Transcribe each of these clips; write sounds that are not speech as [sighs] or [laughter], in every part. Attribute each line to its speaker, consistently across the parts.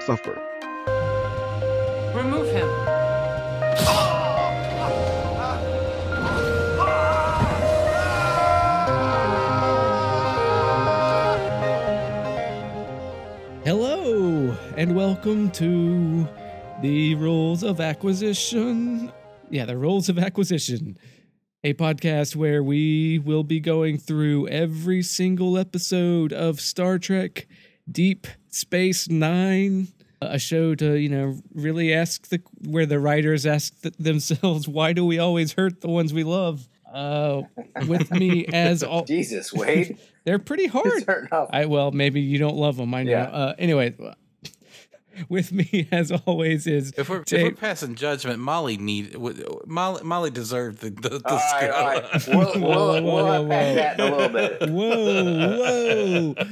Speaker 1: suffer.
Speaker 2: Remove him.
Speaker 3: Hello, and welcome to the Rules of Acquisition. Yeah, the Rules of Acquisition, a podcast where we will be going through every single episode of Star Trek Deep Space Nine, a show to, you know, really ask the where the writers ask th- themselves, why do we always hurt the ones we love? Uh, with me as
Speaker 4: [laughs]
Speaker 3: all,
Speaker 4: Jesus, Wade.
Speaker 3: they're pretty hard.
Speaker 4: Turn off.
Speaker 3: I well, maybe you don't love them. I know.
Speaker 4: Yeah.
Speaker 3: Uh, anyway, [laughs] with me as always is
Speaker 5: If we're, if
Speaker 3: Jay-
Speaker 5: we're passing judgment, Molly need w- Molly, Molly deserved the, the, the
Speaker 4: all right, all
Speaker 3: [laughs]
Speaker 5: scarlet.
Speaker 4: right. We'll,
Speaker 3: Whoa, whoa,
Speaker 4: we'll, we'll
Speaker 3: whoa,
Speaker 4: unpack
Speaker 3: whoa.
Speaker 4: that in a little bit.
Speaker 3: [laughs] whoa, whoa,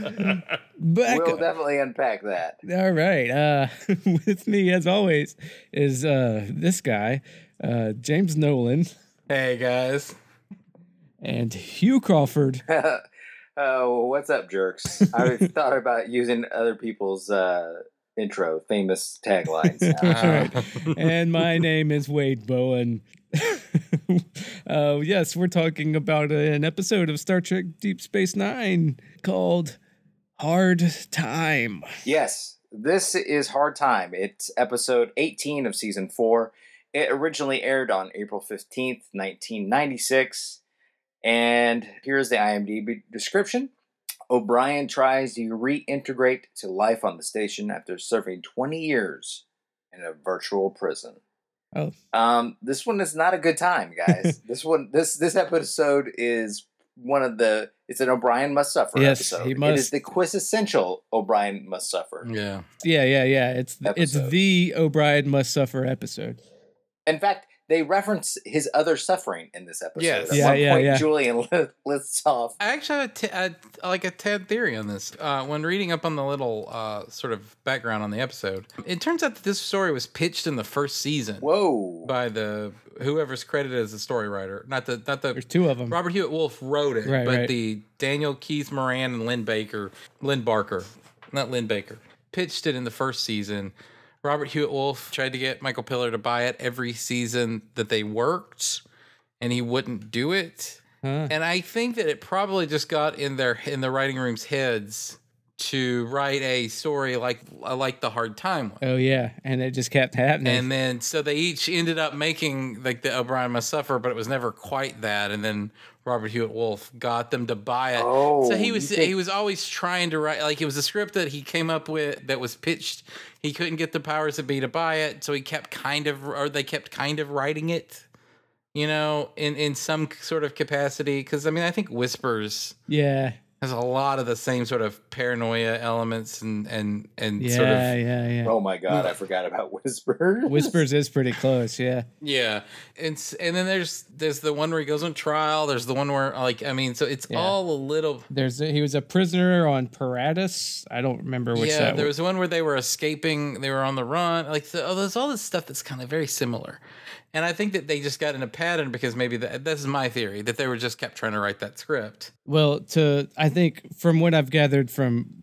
Speaker 3: back.
Speaker 4: We'll
Speaker 3: up.
Speaker 4: definitely unpack that.
Speaker 3: All right. Uh, [laughs] with me as always is uh, this guy, uh, James Nolan,
Speaker 5: [laughs] Hey guys,
Speaker 3: and Hugh Crawford. [laughs]
Speaker 4: [laughs] Oh, what's up, jerks? I thought about using other people's uh, intro, famous taglines.
Speaker 3: All
Speaker 4: now.
Speaker 3: right.
Speaker 5: Ah. [laughs]
Speaker 3: and my name is Wade Bowen. [laughs] uh, yes, we're talking about an episode of Star Trek Deep Space Nine called Hard Time.
Speaker 4: Yes, this is Hard Time. It's episode 18 of season 4. It originally aired on April 15th, 1996. And here's the IMDb description O'Brien tries to reintegrate to life on the station after serving 20 years in a virtual prison.
Speaker 3: Oh.
Speaker 4: Um, this one is not a good time,
Speaker 3: [laughs]
Speaker 4: guys. this one, this this episode is one of the. It's an O'Brien must suffer
Speaker 3: Yes,
Speaker 4: episode.
Speaker 3: he
Speaker 4: It is
Speaker 3: must.
Speaker 4: the quintessential O'Brien must
Speaker 3: Mm.
Speaker 4: suffer.
Speaker 5: yeah,
Speaker 3: Yeah, yeah, yeah. It's it's
Speaker 4: Episode.
Speaker 3: the O'Brien must suffer episode.
Speaker 4: In fact, they reference his other suffering in this episode.
Speaker 5: Yes.
Speaker 4: At
Speaker 3: Yeah,
Speaker 4: one
Speaker 3: yeah,
Speaker 4: point,
Speaker 3: yeah.
Speaker 4: Julian [laughs] li- lists off.
Speaker 5: I actually have a t- a, like a tad theory on this. Uh, when reading up on the little uh, sort of background on the episode, it turns out that this story was pitched in the first season
Speaker 4: Whoa.
Speaker 5: by the whoever's credited as the story writer, not the not the
Speaker 3: There's two of them.
Speaker 5: Robert Hewitt Wolf wrote it,
Speaker 3: Right,
Speaker 5: but
Speaker 3: right.
Speaker 5: the Daniel Keith Moran and Lynn Baker, Lynn Barker, not Lynn Baker, pitched it in the first season. Robert Hewitt Wolf tried to get Michael Pillar to buy it every season that they worked, and he wouldn't do it.
Speaker 3: Huh.
Speaker 5: And I think that it probably just got in their in the writing room's heads to write a story like like the hard time one.
Speaker 3: Oh yeah, and it just kept happening.
Speaker 5: And then so they each ended up making like the O'Brien Must Suffer, but it was never quite that. And then Robert Hewitt Wolf got them to buy it.
Speaker 4: Oh,
Speaker 5: so he
Speaker 4: you
Speaker 5: was
Speaker 4: think-
Speaker 5: he was always trying to write like it was a script that he came up with that was pitched. He couldn't get the powers that be to buy it, so he kept kind of or they kept kind of writing it. You know, in in some sort of capacity, because I mean, I think Whispers
Speaker 3: yeah,
Speaker 5: has a lot of the same sort of paranoia elements and and and
Speaker 3: yeah,
Speaker 5: sort of
Speaker 3: yeah, yeah.
Speaker 4: Oh my God, I forgot about [laughs] Whisper.
Speaker 3: Whispers
Speaker 5: [laughs]
Speaker 3: is pretty close. Yeah,
Speaker 5: Yeah, and s- and then there's there's the one where he goes on trial. There's the one where like I mean, so it's
Speaker 3: Yeah.
Speaker 5: all a little.
Speaker 3: there's a, he was a prisoner on Paratus. I don't remember which
Speaker 5: yeah,
Speaker 3: that
Speaker 5: there
Speaker 3: was.
Speaker 5: was one where they were escaping. They were on the run. Like so, oh, there's all this stuff that's kind of very similar, and I think that they just got in a pattern because maybe that this is my theory that they were just kept trying to write that script.
Speaker 3: Well, to I think from what I've gathered from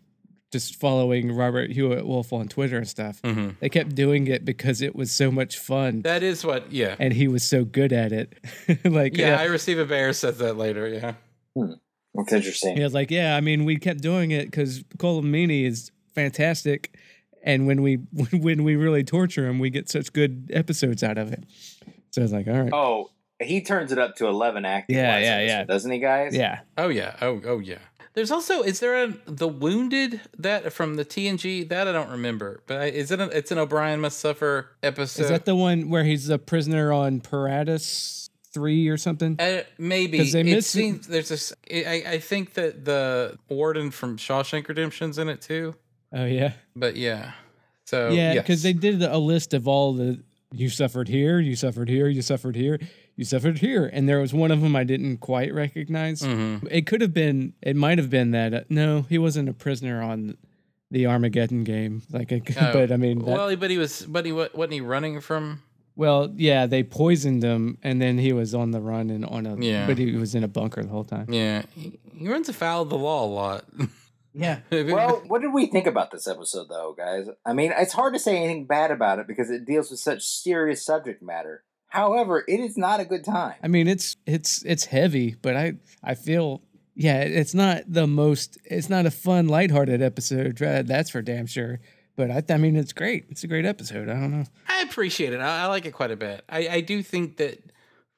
Speaker 3: just following Robert Hewitt Wolf on Twitter and stuff, they kept doing it because it was so much fun
Speaker 5: Mm-hmm. That is what. Yeah,
Speaker 3: and he was so good at it. [laughs] like
Speaker 5: yeah.
Speaker 3: yeah,
Speaker 5: I receive a bear says that later. Yeah,
Speaker 4: That's interesting.
Speaker 3: he was like yeah. I mean, we kept doing it because Colomini is fantastic, and when we [laughs] when we really torture him, we get such good episodes out of it. So I was like, all right,
Speaker 4: Oh, he turns it up to 11 acting.
Speaker 3: Yeah,
Speaker 4: wise in
Speaker 3: yeah,
Speaker 4: this
Speaker 3: yeah.
Speaker 4: one, Doesn't he, guys?
Speaker 3: yeah. [laughs]
Speaker 5: Oh yeah. Oh oh yeah. There's also is there a the wounded that from the TNG that I don't remember, but I, is it an, it's an O'Brien must suffer episode?
Speaker 3: Is that the one where he's a prisoner on Paratus three or something?
Speaker 5: Uh, maybe
Speaker 3: 'Cause they
Speaker 5: it
Speaker 3: miss-
Speaker 5: seems there's this. I, I think that the warden from Shawshank Redemption's in it too.
Speaker 3: Oh yeah.
Speaker 5: But yeah, so
Speaker 3: yeah, because
Speaker 5: Oh,
Speaker 3: they
Speaker 5: yes.
Speaker 3: did a list of all the you suffered here, you suffered here, you suffered here, you suffered here, and there was one of them I didn't quite recognize.
Speaker 5: Mm-hmm.
Speaker 3: It could have been, it might have been that uh, no, he wasn't a prisoner on the Armageddon game. Like, I,
Speaker 5: Oh,
Speaker 3: but I mean, that- well,
Speaker 5: well, but he was, but he wa- wasn't he running from?
Speaker 3: yeah, they poisoned him, and then he was on the run and on a,
Speaker 5: Yeah.
Speaker 3: but he was in a bunker the whole time.
Speaker 5: Yeah, he, he runs afoul of the law a lot. [laughs] Yeah.
Speaker 4: Well, what did we think about this episode, though, guys? I mean, it's hard to say anything bad about it because it deals with such serious subject matter. However, it is not a good time.
Speaker 3: I mean, it's it's it's heavy, but I I feel yeah, it's not the most. It's not a fun, lighthearted episode. uh, That's for damn sure. But I, I mean, it's great. It's a great episode. I don't know.
Speaker 5: [laughs] I appreciate it. I, I like it quite a bit. I, I do think that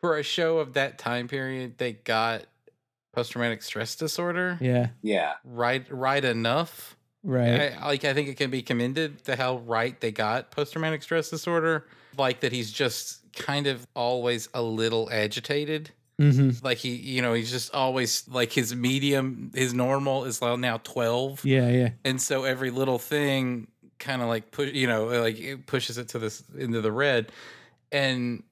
Speaker 5: for a show of that time period, they got post traumatic stress disorder
Speaker 3: Yeah,
Speaker 4: Yeah.
Speaker 5: right right enough.
Speaker 3: right.
Speaker 5: I, like I think it can be commended to how right they got post traumatic stress disorder. Like that he's just kind of always a little agitated.
Speaker 3: mm-hmm.
Speaker 5: Like he, you know, he's just always like his medium, his normal is like now twelve,
Speaker 3: Yeah, yeah.
Speaker 5: and so every little thing kind of like push, you know, like it pushes it to this into the red, and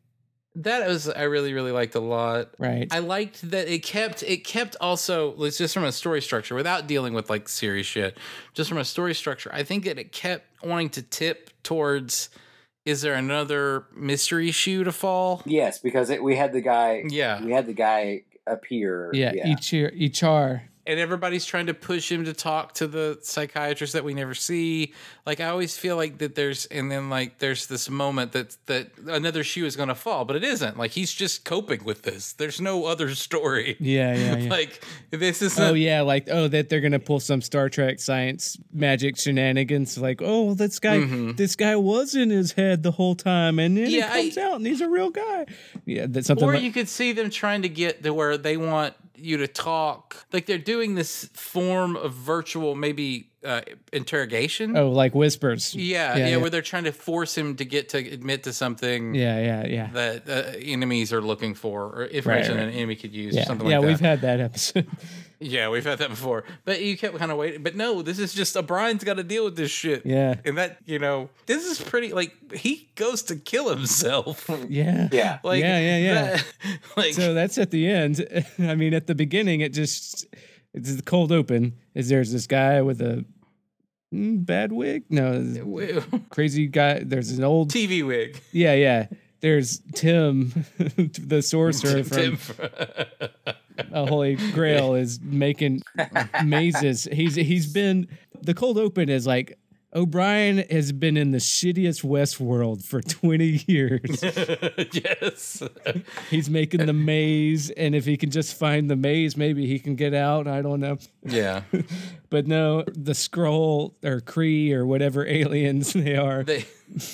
Speaker 5: that was I really really liked a lot.
Speaker 3: Right.
Speaker 5: I liked that it kept it kept also it's just from a story structure without dealing with like serious shit. Just from a story structure, I think that it kept wanting to tip towards is there another mystery shoe to fall?
Speaker 4: Yes, because it, we had the guy.
Speaker 5: Yeah.
Speaker 4: We had the guy appear.
Speaker 3: yeah, Each year, each R.
Speaker 5: And everybody's trying to push him to talk to the psychiatrist that we never see. Like I always feel like that there's and then like there's this moment that that another shoe is going to fall, but it isn't. Like he's just coping with this. There's no other story.
Speaker 3: Yeah, yeah, yeah.
Speaker 5: [laughs] Like this is
Speaker 3: Oh yeah, like oh that they're gonna pull some Star Trek science magic shenanigans. Like oh this guy,
Speaker 5: Mhm.
Speaker 3: this guy was in his head the whole time, and then
Speaker 5: Yeah, I-
Speaker 3: he comes out and he's a real guy. Yeah, that's something.
Speaker 5: or
Speaker 3: like,
Speaker 5: you could see them trying to get to where they want you to talk like they're doing this form of virtual maybe uh, interrogation
Speaker 3: oh like whispers.
Speaker 5: yeah,
Speaker 3: yeah,
Speaker 5: yeah
Speaker 3: yeah.
Speaker 5: where they're trying to force him to get to admit to something
Speaker 3: Yeah, yeah, yeah.
Speaker 5: that uh, enemies are looking for or information
Speaker 3: right.
Speaker 5: an enemy could use or
Speaker 3: Yeah,
Speaker 5: something
Speaker 3: yeah,
Speaker 5: like
Speaker 3: we've had
Speaker 5: that
Speaker 3: that episode. [laughs]
Speaker 5: yeah we've had that before but you kept kind of waiting but no this is just o'brien's got to deal with this shit
Speaker 3: yeah,
Speaker 5: and that you know this is pretty like he goes to kill himself [laughs]
Speaker 3: yeah,
Speaker 4: Yeah.
Speaker 5: like
Speaker 3: Yeah, yeah, yeah.
Speaker 5: that- [laughs] like
Speaker 3: So that's at the end. [laughs] I mean, at the beginning, it just it's the cold open. Is there's this guy with a mm, bad wig? No, this crazy guy. There's an old
Speaker 5: TV wig.
Speaker 3: yeah, yeah. There's Tim, [laughs] the sorcerer from
Speaker 5: Tim.
Speaker 3: uh, Holy Grail, is making mazes. He's he's been the cold open is like. O'Brien has been in the shittiest Westworld for 20 years.
Speaker 5: [laughs] [laughs] yes.
Speaker 3: He's making the maze, and if he can just find the maze, maybe he can get out. I don't know.
Speaker 5: Yeah.
Speaker 3: But no, the scroll or Cree or whatever [laughs] aliens they are.
Speaker 5: They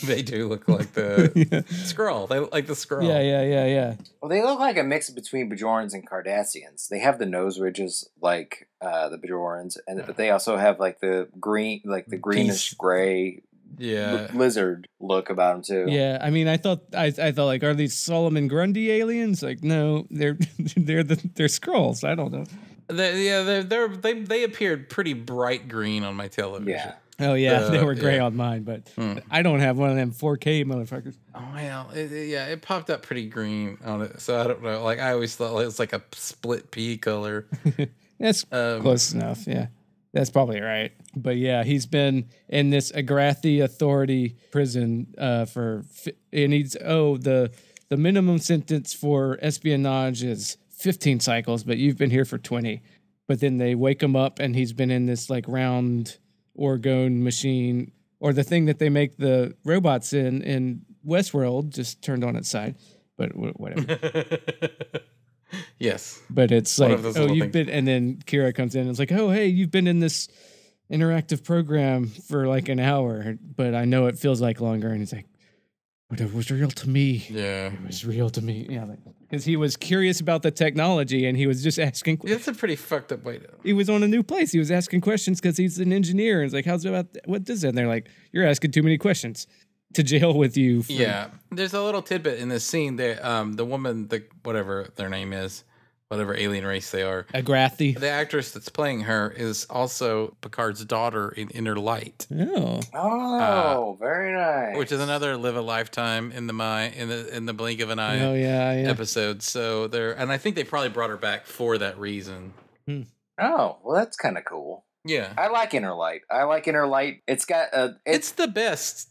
Speaker 5: they do look
Speaker 3: [laughs]
Speaker 5: like the scroll. They look like the scroll.
Speaker 3: Yeah, yeah, yeah, yeah.
Speaker 4: Well, they look like a mix between Bajorans and Cardassians. They have the nose ridges like uh, the Bajorans, and but they also have like the green, like the greenish gray
Speaker 5: Yeah.
Speaker 4: lizard look about them too.
Speaker 3: Yeah, I mean, I thought I, I thought like, are these Solomon Grundy aliens? Like, no, they're [laughs] they're the, they're scrolls. I don't know.
Speaker 5: They, yeah, they're, they're, they they appeared pretty bright green on my television.
Speaker 4: Yeah.
Speaker 3: Oh yeah, they
Speaker 5: Uh,
Speaker 3: were gray
Speaker 5: yeah.
Speaker 3: on mine, but
Speaker 5: Hmm.
Speaker 3: I don't have one of them 4K motherfuckers.
Speaker 5: Oh well, it, it- yeah, it popped up pretty green on it. So I don't know. Like I always thought it was like a split pea color.
Speaker 3: That's
Speaker 5: Um,
Speaker 3: close enough. Yeah, that's probably right. But yeah, he's been in this Agrathi Authority prison uh, for, fi- and he's oh the the minimum sentence for espionage is 15 cycles, but you've been here for 20. But then they wake him up, and he's been in this like round orgone machine or the thing that they make the robots in in Westworld, just turned on its side. But wh- whatever.
Speaker 5: [laughs] yes.
Speaker 3: But it's
Speaker 5: One
Speaker 3: like,
Speaker 5: of
Speaker 3: oh,
Speaker 5: those little
Speaker 3: you've been, and then Kira comes in and it's like, oh, hey, you've been in this interactive program for like an hour, but I know it feels like longer. And he's like, but it was real to me.
Speaker 5: Yeah.
Speaker 3: It was real to me. Yeah. Because he was curious about the technology and he was just asking, que-
Speaker 5: That's a pretty fucked up way to
Speaker 3: he was on a new place. He was asking questions because he's an engineer. And it's like, how's about, th- what is that? And they're like, you're asking too many questions to jail with you. for-"
Speaker 5: Yeah, there's a little tidbit in this scene that um, the woman, the whatever their name is, whatever alien race they are,
Speaker 3: Agrathi.
Speaker 5: the actress that's playing her is also Picard's daughter in Inner Light,
Speaker 3: Oh,
Speaker 4: Oh, very nice.
Speaker 5: Uh, which is another live a lifetime in the my in the in the blink of an eye
Speaker 3: oh yeah. yeah.
Speaker 5: episode. So they're and I think they probably brought her back for that reason.
Speaker 4: Oh, well, that's kind of cool.
Speaker 5: Yeah.
Speaker 4: I like Inner Light. I like Inner Light. It's got a.
Speaker 5: It's
Speaker 4: It's
Speaker 5: the best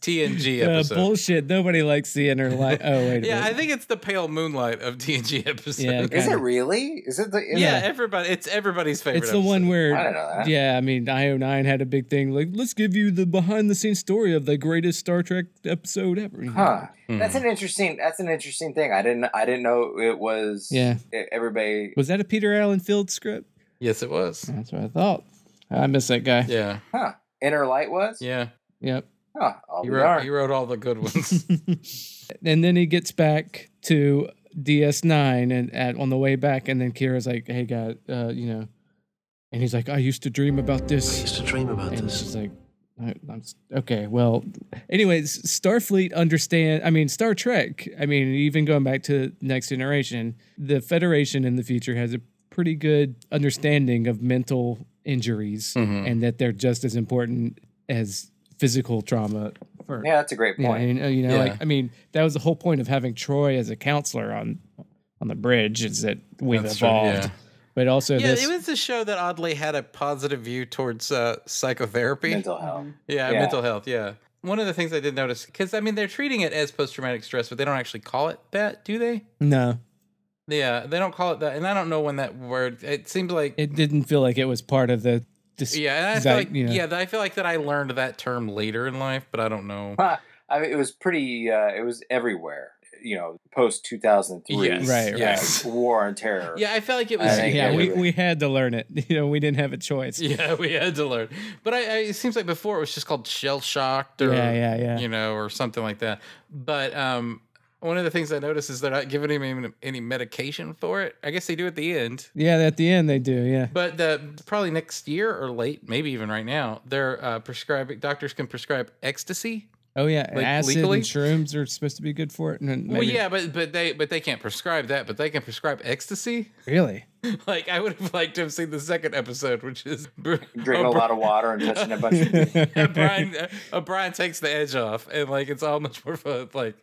Speaker 3: [laughs]
Speaker 5: TNG episode.
Speaker 3: Uh, bullshit. Nobody likes seeing her light. Oh wait. A
Speaker 5: [laughs] yeah, I
Speaker 3: minute.
Speaker 5: think it's the pale moonlight of TNG episode.
Speaker 3: Yeah, okay.
Speaker 4: is it really? Is it the? Is
Speaker 5: [laughs] yeah,
Speaker 4: It,
Speaker 5: everybody. It's everybody's favorite.
Speaker 3: it's the one where.
Speaker 4: I don't know that.
Speaker 3: Yeah, I mean, IO9 had a big thing like, let's give you the behind the scenes story of the greatest Star Trek episode ever. you know.
Speaker 4: Huh.
Speaker 5: episode.
Speaker 4: That's
Speaker 5: Mm.
Speaker 4: an interesting. That's an interesting thing. I didn't. I didn't know it was.
Speaker 3: Yeah.
Speaker 4: e- Everybody.
Speaker 3: Was that a Peter Allen Field script?
Speaker 5: Yes, it was.
Speaker 3: That's what I thought. I miss that guy.
Speaker 5: Yeah,
Speaker 4: Huh. Inner Light was.
Speaker 5: yeah.
Speaker 3: Yep.
Speaker 4: Huh. I'll
Speaker 5: He
Speaker 4: be
Speaker 5: wrote,
Speaker 4: darned.
Speaker 5: he wrote all the
Speaker 4: [laughs]
Speaker 5: good ones.
Speaker 3: [laughs] and then he gets back to DS9 and at, on the way back, and then Kira's like, "Hey, guy, uh, you know," and he's like, "I used to dream about
Speaker 1: I
Speaker 3: this,"
Speaker 1: used to dream about
Speaker 3: and
Speaker 1: this.
Speaker 3: she's like. "I- I'm, s- okay, well, anyways, Starfleet understand. I mean, Star Trek. I mean, even going back to Next Generation, the Federation in the future has a pretty good understanding of mental injuries
Speaker 1: Mm-hmm.
Speaker 4: Mm-hmm.
Speaker 5: Mhm.
Speaker 3: and that they're just as important as physical trauma for
Speaker 4: Yeah, that's a great
Speaker 3: yeah,
Speaker 4: point.
Speaker 3: and, uh, you know,
Speaker 5: Yeah.
Speaker 3: like I mean, that was the whole point of having Troy as a counselor on on the bridge is that we've
Speaker 5: That's true,
Speaker 3: evolved,
Speaker 5: yeah.
Speaker 3: but also
Speaker 5: yeah,
Speaker 3: this
Speaker 5: it was a show that oddly had a positive view towards uh, psychotherapy.
Speaker 4: Mental health.
Speaker 5: Yeah,
Speaker 4: Yeah.
Speaker 5: mental health. Yeah. One of the things I did notice, because I mean, they're treating it as post traumatic stress, but they don't actually call it that, do they?
Speaker 3: no,
Speaker 5: Yeah, they don't call it that. And I don't know when that word, it seems like.
Speaker 3: it didn't feel like it was part of the. Dis-
Speaker 5: yeah, and I
Speaker 3: is
Speaker 5: feel
Speaker 3: that,
Speaker 5: like,
Speaker 3: you know-
Speaker 5: yeah, I feel like that I learned that term later in life, but I don't know.
Speaker 4: Huh. I mean, it was pretty. Uh, it was everywhere. You know, post two thousand three.
Speaker 5: Yes,
Speaker 3: Right,
Speaker 5: yes.
Speaker 4: War on terror.
Speaker 5: Yeah, I felt like it was.
Speaker 4: I think
Speaker 3: yeah, we,
Speaker 4: everybody-
Speaker 3: we had to learn it. [laughs] You know, we didn't have a choice.
Speaker 5: [laughs] Yeah, we had to learn. But I, I it seems like before it was just called shell shocked or
Speaker 3: Yeah, yeah, yeah.
Speaker 5: you know, or something like that. But um one of the things I noticed is they're not giving him even any medication for it. I guess they do at the end.
Speaker 3: Yeah, at the end they do. Yeah,
Speaker 5: But the, probably next year or late, maybe even right now, they're uh, prescribing. Doctors can prescribe ecstasy.
Speaker 3: oh yeah,
Speaker 5: Like,
Speaker 3: acid
Speaker 5: legally?
Speaker 3: and shrooms are supposed to be good for it. And then
Speaker 5: Well,
Speaker 3: maybe-
Speaker 5: yeah, but but they but they can't prescribe that. But they can prescribe ecstasy. [laughs]
Speaker 3: really.
Speaker 5: like I would have liked to have seen the second episode, which is [laughs]
Speaker 4: [laughs] Drinking
Speaker 5: Oh,
Speaker 4: a lot of water and touching a bunch of
Speaker 5: Yeah,
Speaker 3: [laughs]
Speaker 5: Brian, uh, uh, Brian takes the edge off, and like it's all much more fun. Like,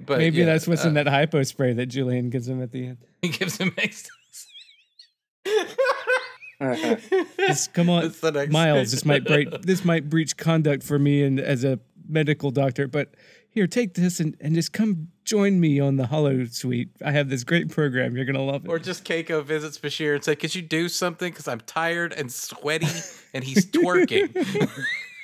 Speaker 5: but
Speaker 3: Maybe
Speaker 5: yeah,
Speaker 3: that's what's in
Speaker 5: uh,
Speaker 3: that hypo spray that Julian gives him at the end.
Speaker 5: [laughs] He gives him ecstasy.
Speaker 3: Just come on,
Speaker 5: That's the next
Speaker 3: Miles. This might break.
Speaker 5: [laughs]
Speaker 3: This might breach conduct for me and as a medical doctor. But here, take this and, and just come join me on the Hollow Suite. I have this great program. You're gonna love it.
Speaker 5: Or just Keiko visits Bashir and said, "Could you do something? Because I'm tired and sweaty, and he's twerking."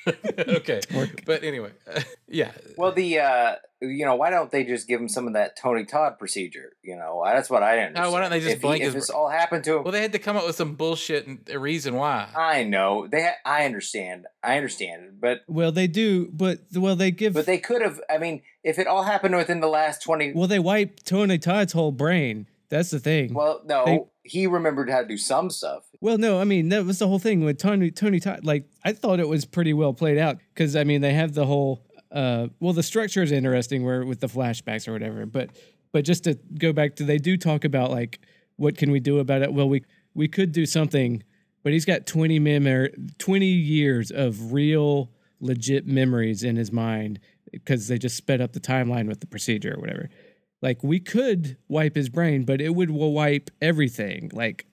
Speaker 5: [laughs] okay, but anyway, [laughs] uh, yeah,
Speaker 4: Well, the uh, you know, why don't they just give him some of that Tony Todd procedure? You know, I- that's what I didn't.
Speaker 5: No, why don't they just
Speaker 4: understand. if he-
Speaker 5: blank
Speaker 4: if
Speaker 5: his-
Speaker 4: this all happened to him?
Speaker 5: well, they had to come up with some bullshit and a reason why.
Speaker 4: I know they. ha- I understand. I understand, but
Speaker 3: well, they do, but well, they give.
Speaker 4: but they could have. I mean, if it all happened within the last twenty. Well,
Speaker 3: well, they wipe Tony Todd's whole brain. That's the thing. Well,
Speaker 4: no,
Speaker 3: they-
Speaker 4: he remembered how to do some stuff.
Speaker 3: no, I mean that was the whole thing with Tony. Tony Todd. Like I thought it was pretty well played out because I mean they have the whole. Uh, well, the structure is interesting where with the flashbacks or whatever, but but just to go back to they do talk about like what can we do about it well we we could do something but he's got 20 mem 20 years of real legit memories in his mind because they just sped up the timeline with the procedure or whatever like we could wipe his brain but it would will wipe everything like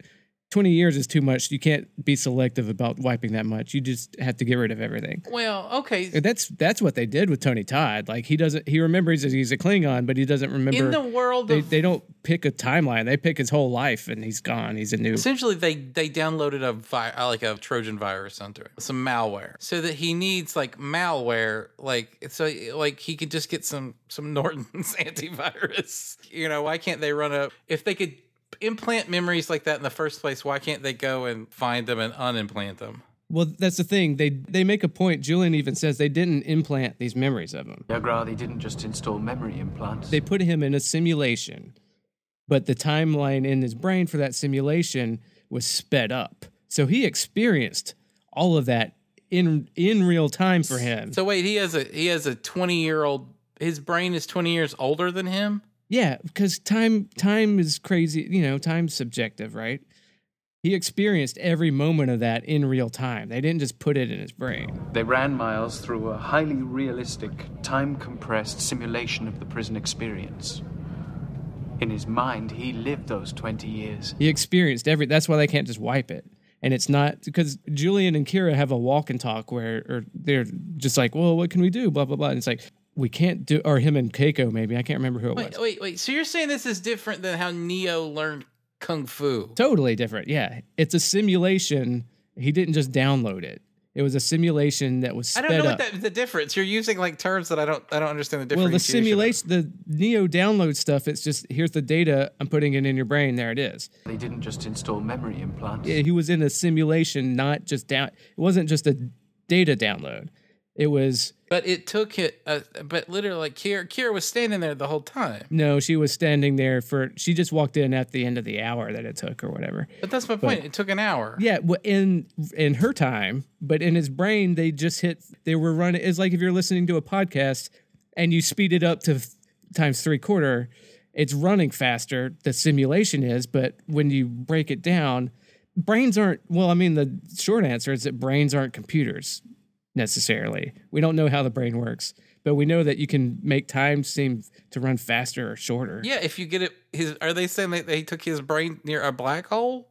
Speaker 3: 20 years is too much you can't be selective about wiping that much you just have to get rid of everything
Speaker 5: Well, okay,
Speaker 3: that's that's what they did with Tony Todd. Like he doesn't he remembers that he's a Klingon, but he doesn't remember
Speaker 5: in the world
Speaker 3: they,
Speaker 5: of
Speaker 3: they don't pick a timeline. They pick his whole life, and he's gone. He's a new.
Speaker 5: Essentially, they they downloaded a vi- uh, like a Trojan virus onto it, some malware, so that he needs like malware, like so like he could just get some some [laughs] Norton's antivirus. You know, why can't they run a if they could implant memories like that in the first place? Why can't they go and find them and unimplant them?
Speaker 3: Well, that's the thing. They they make a point. Julian even says they didn't implant these memories of him.
Speaker 1: Yagra, they didn't just install memory implants.
Speaker 3: They put him in a simulation, but the timeline in his brain for that simulation was sped up. So he experienced all of that in in real time for him.
Speaker 5: So wait, he has a he has a twenty year old. His brain is twenty years older than him.
Speaker 3: Yeah, because time time is crazy. You know, time's subjective, right? He experienced every moment of that in real time. They didn't just put it in his brain.
Speaker 1: They ran Miles through a highly realistic, time compressed simulation of the prison experience. In his mind, he lived those 20 years.
Speaker 3: He experienced every. That's why they can't just wipe it. and it's not because Julian and Kira have a walk and talk where or they're just like, well, what can we do? Blah blah blah. And it's like we can't do, or him and Keiko maybe I can't remember who it was.
Speaker 5: Wait, wait, wait. So you're saying this is different than how Neo learned kung fu?
Speaker 3: Totally different. Yeah, it's a simulation. He didn't just download it. It was a simulation that was
Speaker 5: I
Speaker 3: sped
Speaker 5: don't know
Speaker 3: up.
Speaker 5: what that, the difference. You're using like terms that I don't I don't understand the difference.
Speaker 3: well, the simulation, the Neo download stuff. It's just here's the data. I'm putting it in your brain. There it is.
Speaker 1: They didn't just install memory implants.
Speaker 3: Yeah, he was in a simulation, not just down. It wasn't just a data download. It was
Speaker 5: But it took it. Uh, but literally, like Kira, Kira was standing there the whole time.
Speaker 3: no. She was standing there for. She just walked in at the end of the hour that it took, or whatever.
Speaker 5: But that's my point. it took an hour.
Speaker 3: Yeah, well, in in her time, but in his brain, they just hit. They were running. It's like if you're listening to a podcast and you speed it up to f- times three quarter, it's running faster. The simulation is, but when you break it down, brains aren't. Well, I mean, the short answer is that brains aren't computers necessarily. We don't know how the brain works, but we know that you can make time seem to run faster or shorter.
Speaker 5: Yeah, if you get it, his are they saying that they took his brain near a black hole?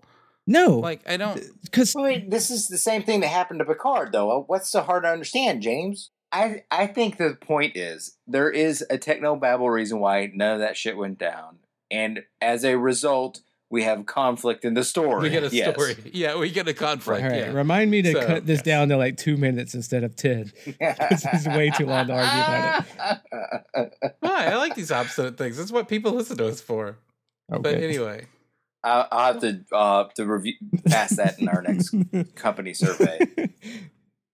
Speaker 3: No,
Speaker 5: Like I don't.
Speaker 3: because
Speaker 4: Wait, this is the same thing that happened to Picard, though. Uh, What's so hard to understand, James? I I think the point is there is a techno babble reason why none of that shit went down, and as a result, we have conflict in the story.
Speaker 5: We get a
Speaker 4: Yes. [laughs]
Speaker 5: story. Yeah, we get a conflict.
Speaker 3: All right,
Speaker 5: yeah.
Speaker 3: remind me to
Speaker 5: So,
Speaker 3: cut this
Speaker 5: yes.
Speaker 3: down to like two minutes instead of ten. This is way too long to argue about
Speaker 4: it.
Speaker 5: Why? I like these obstinate things. That's what people listen to us for.
Speaker 3: Oh,
Speaker 5: But anyway,
Speaker 4: [laughs] I'll, I'll have to uh, to review pass that in
Speaker 3: [laughs]
Speaker 4: our next company survey.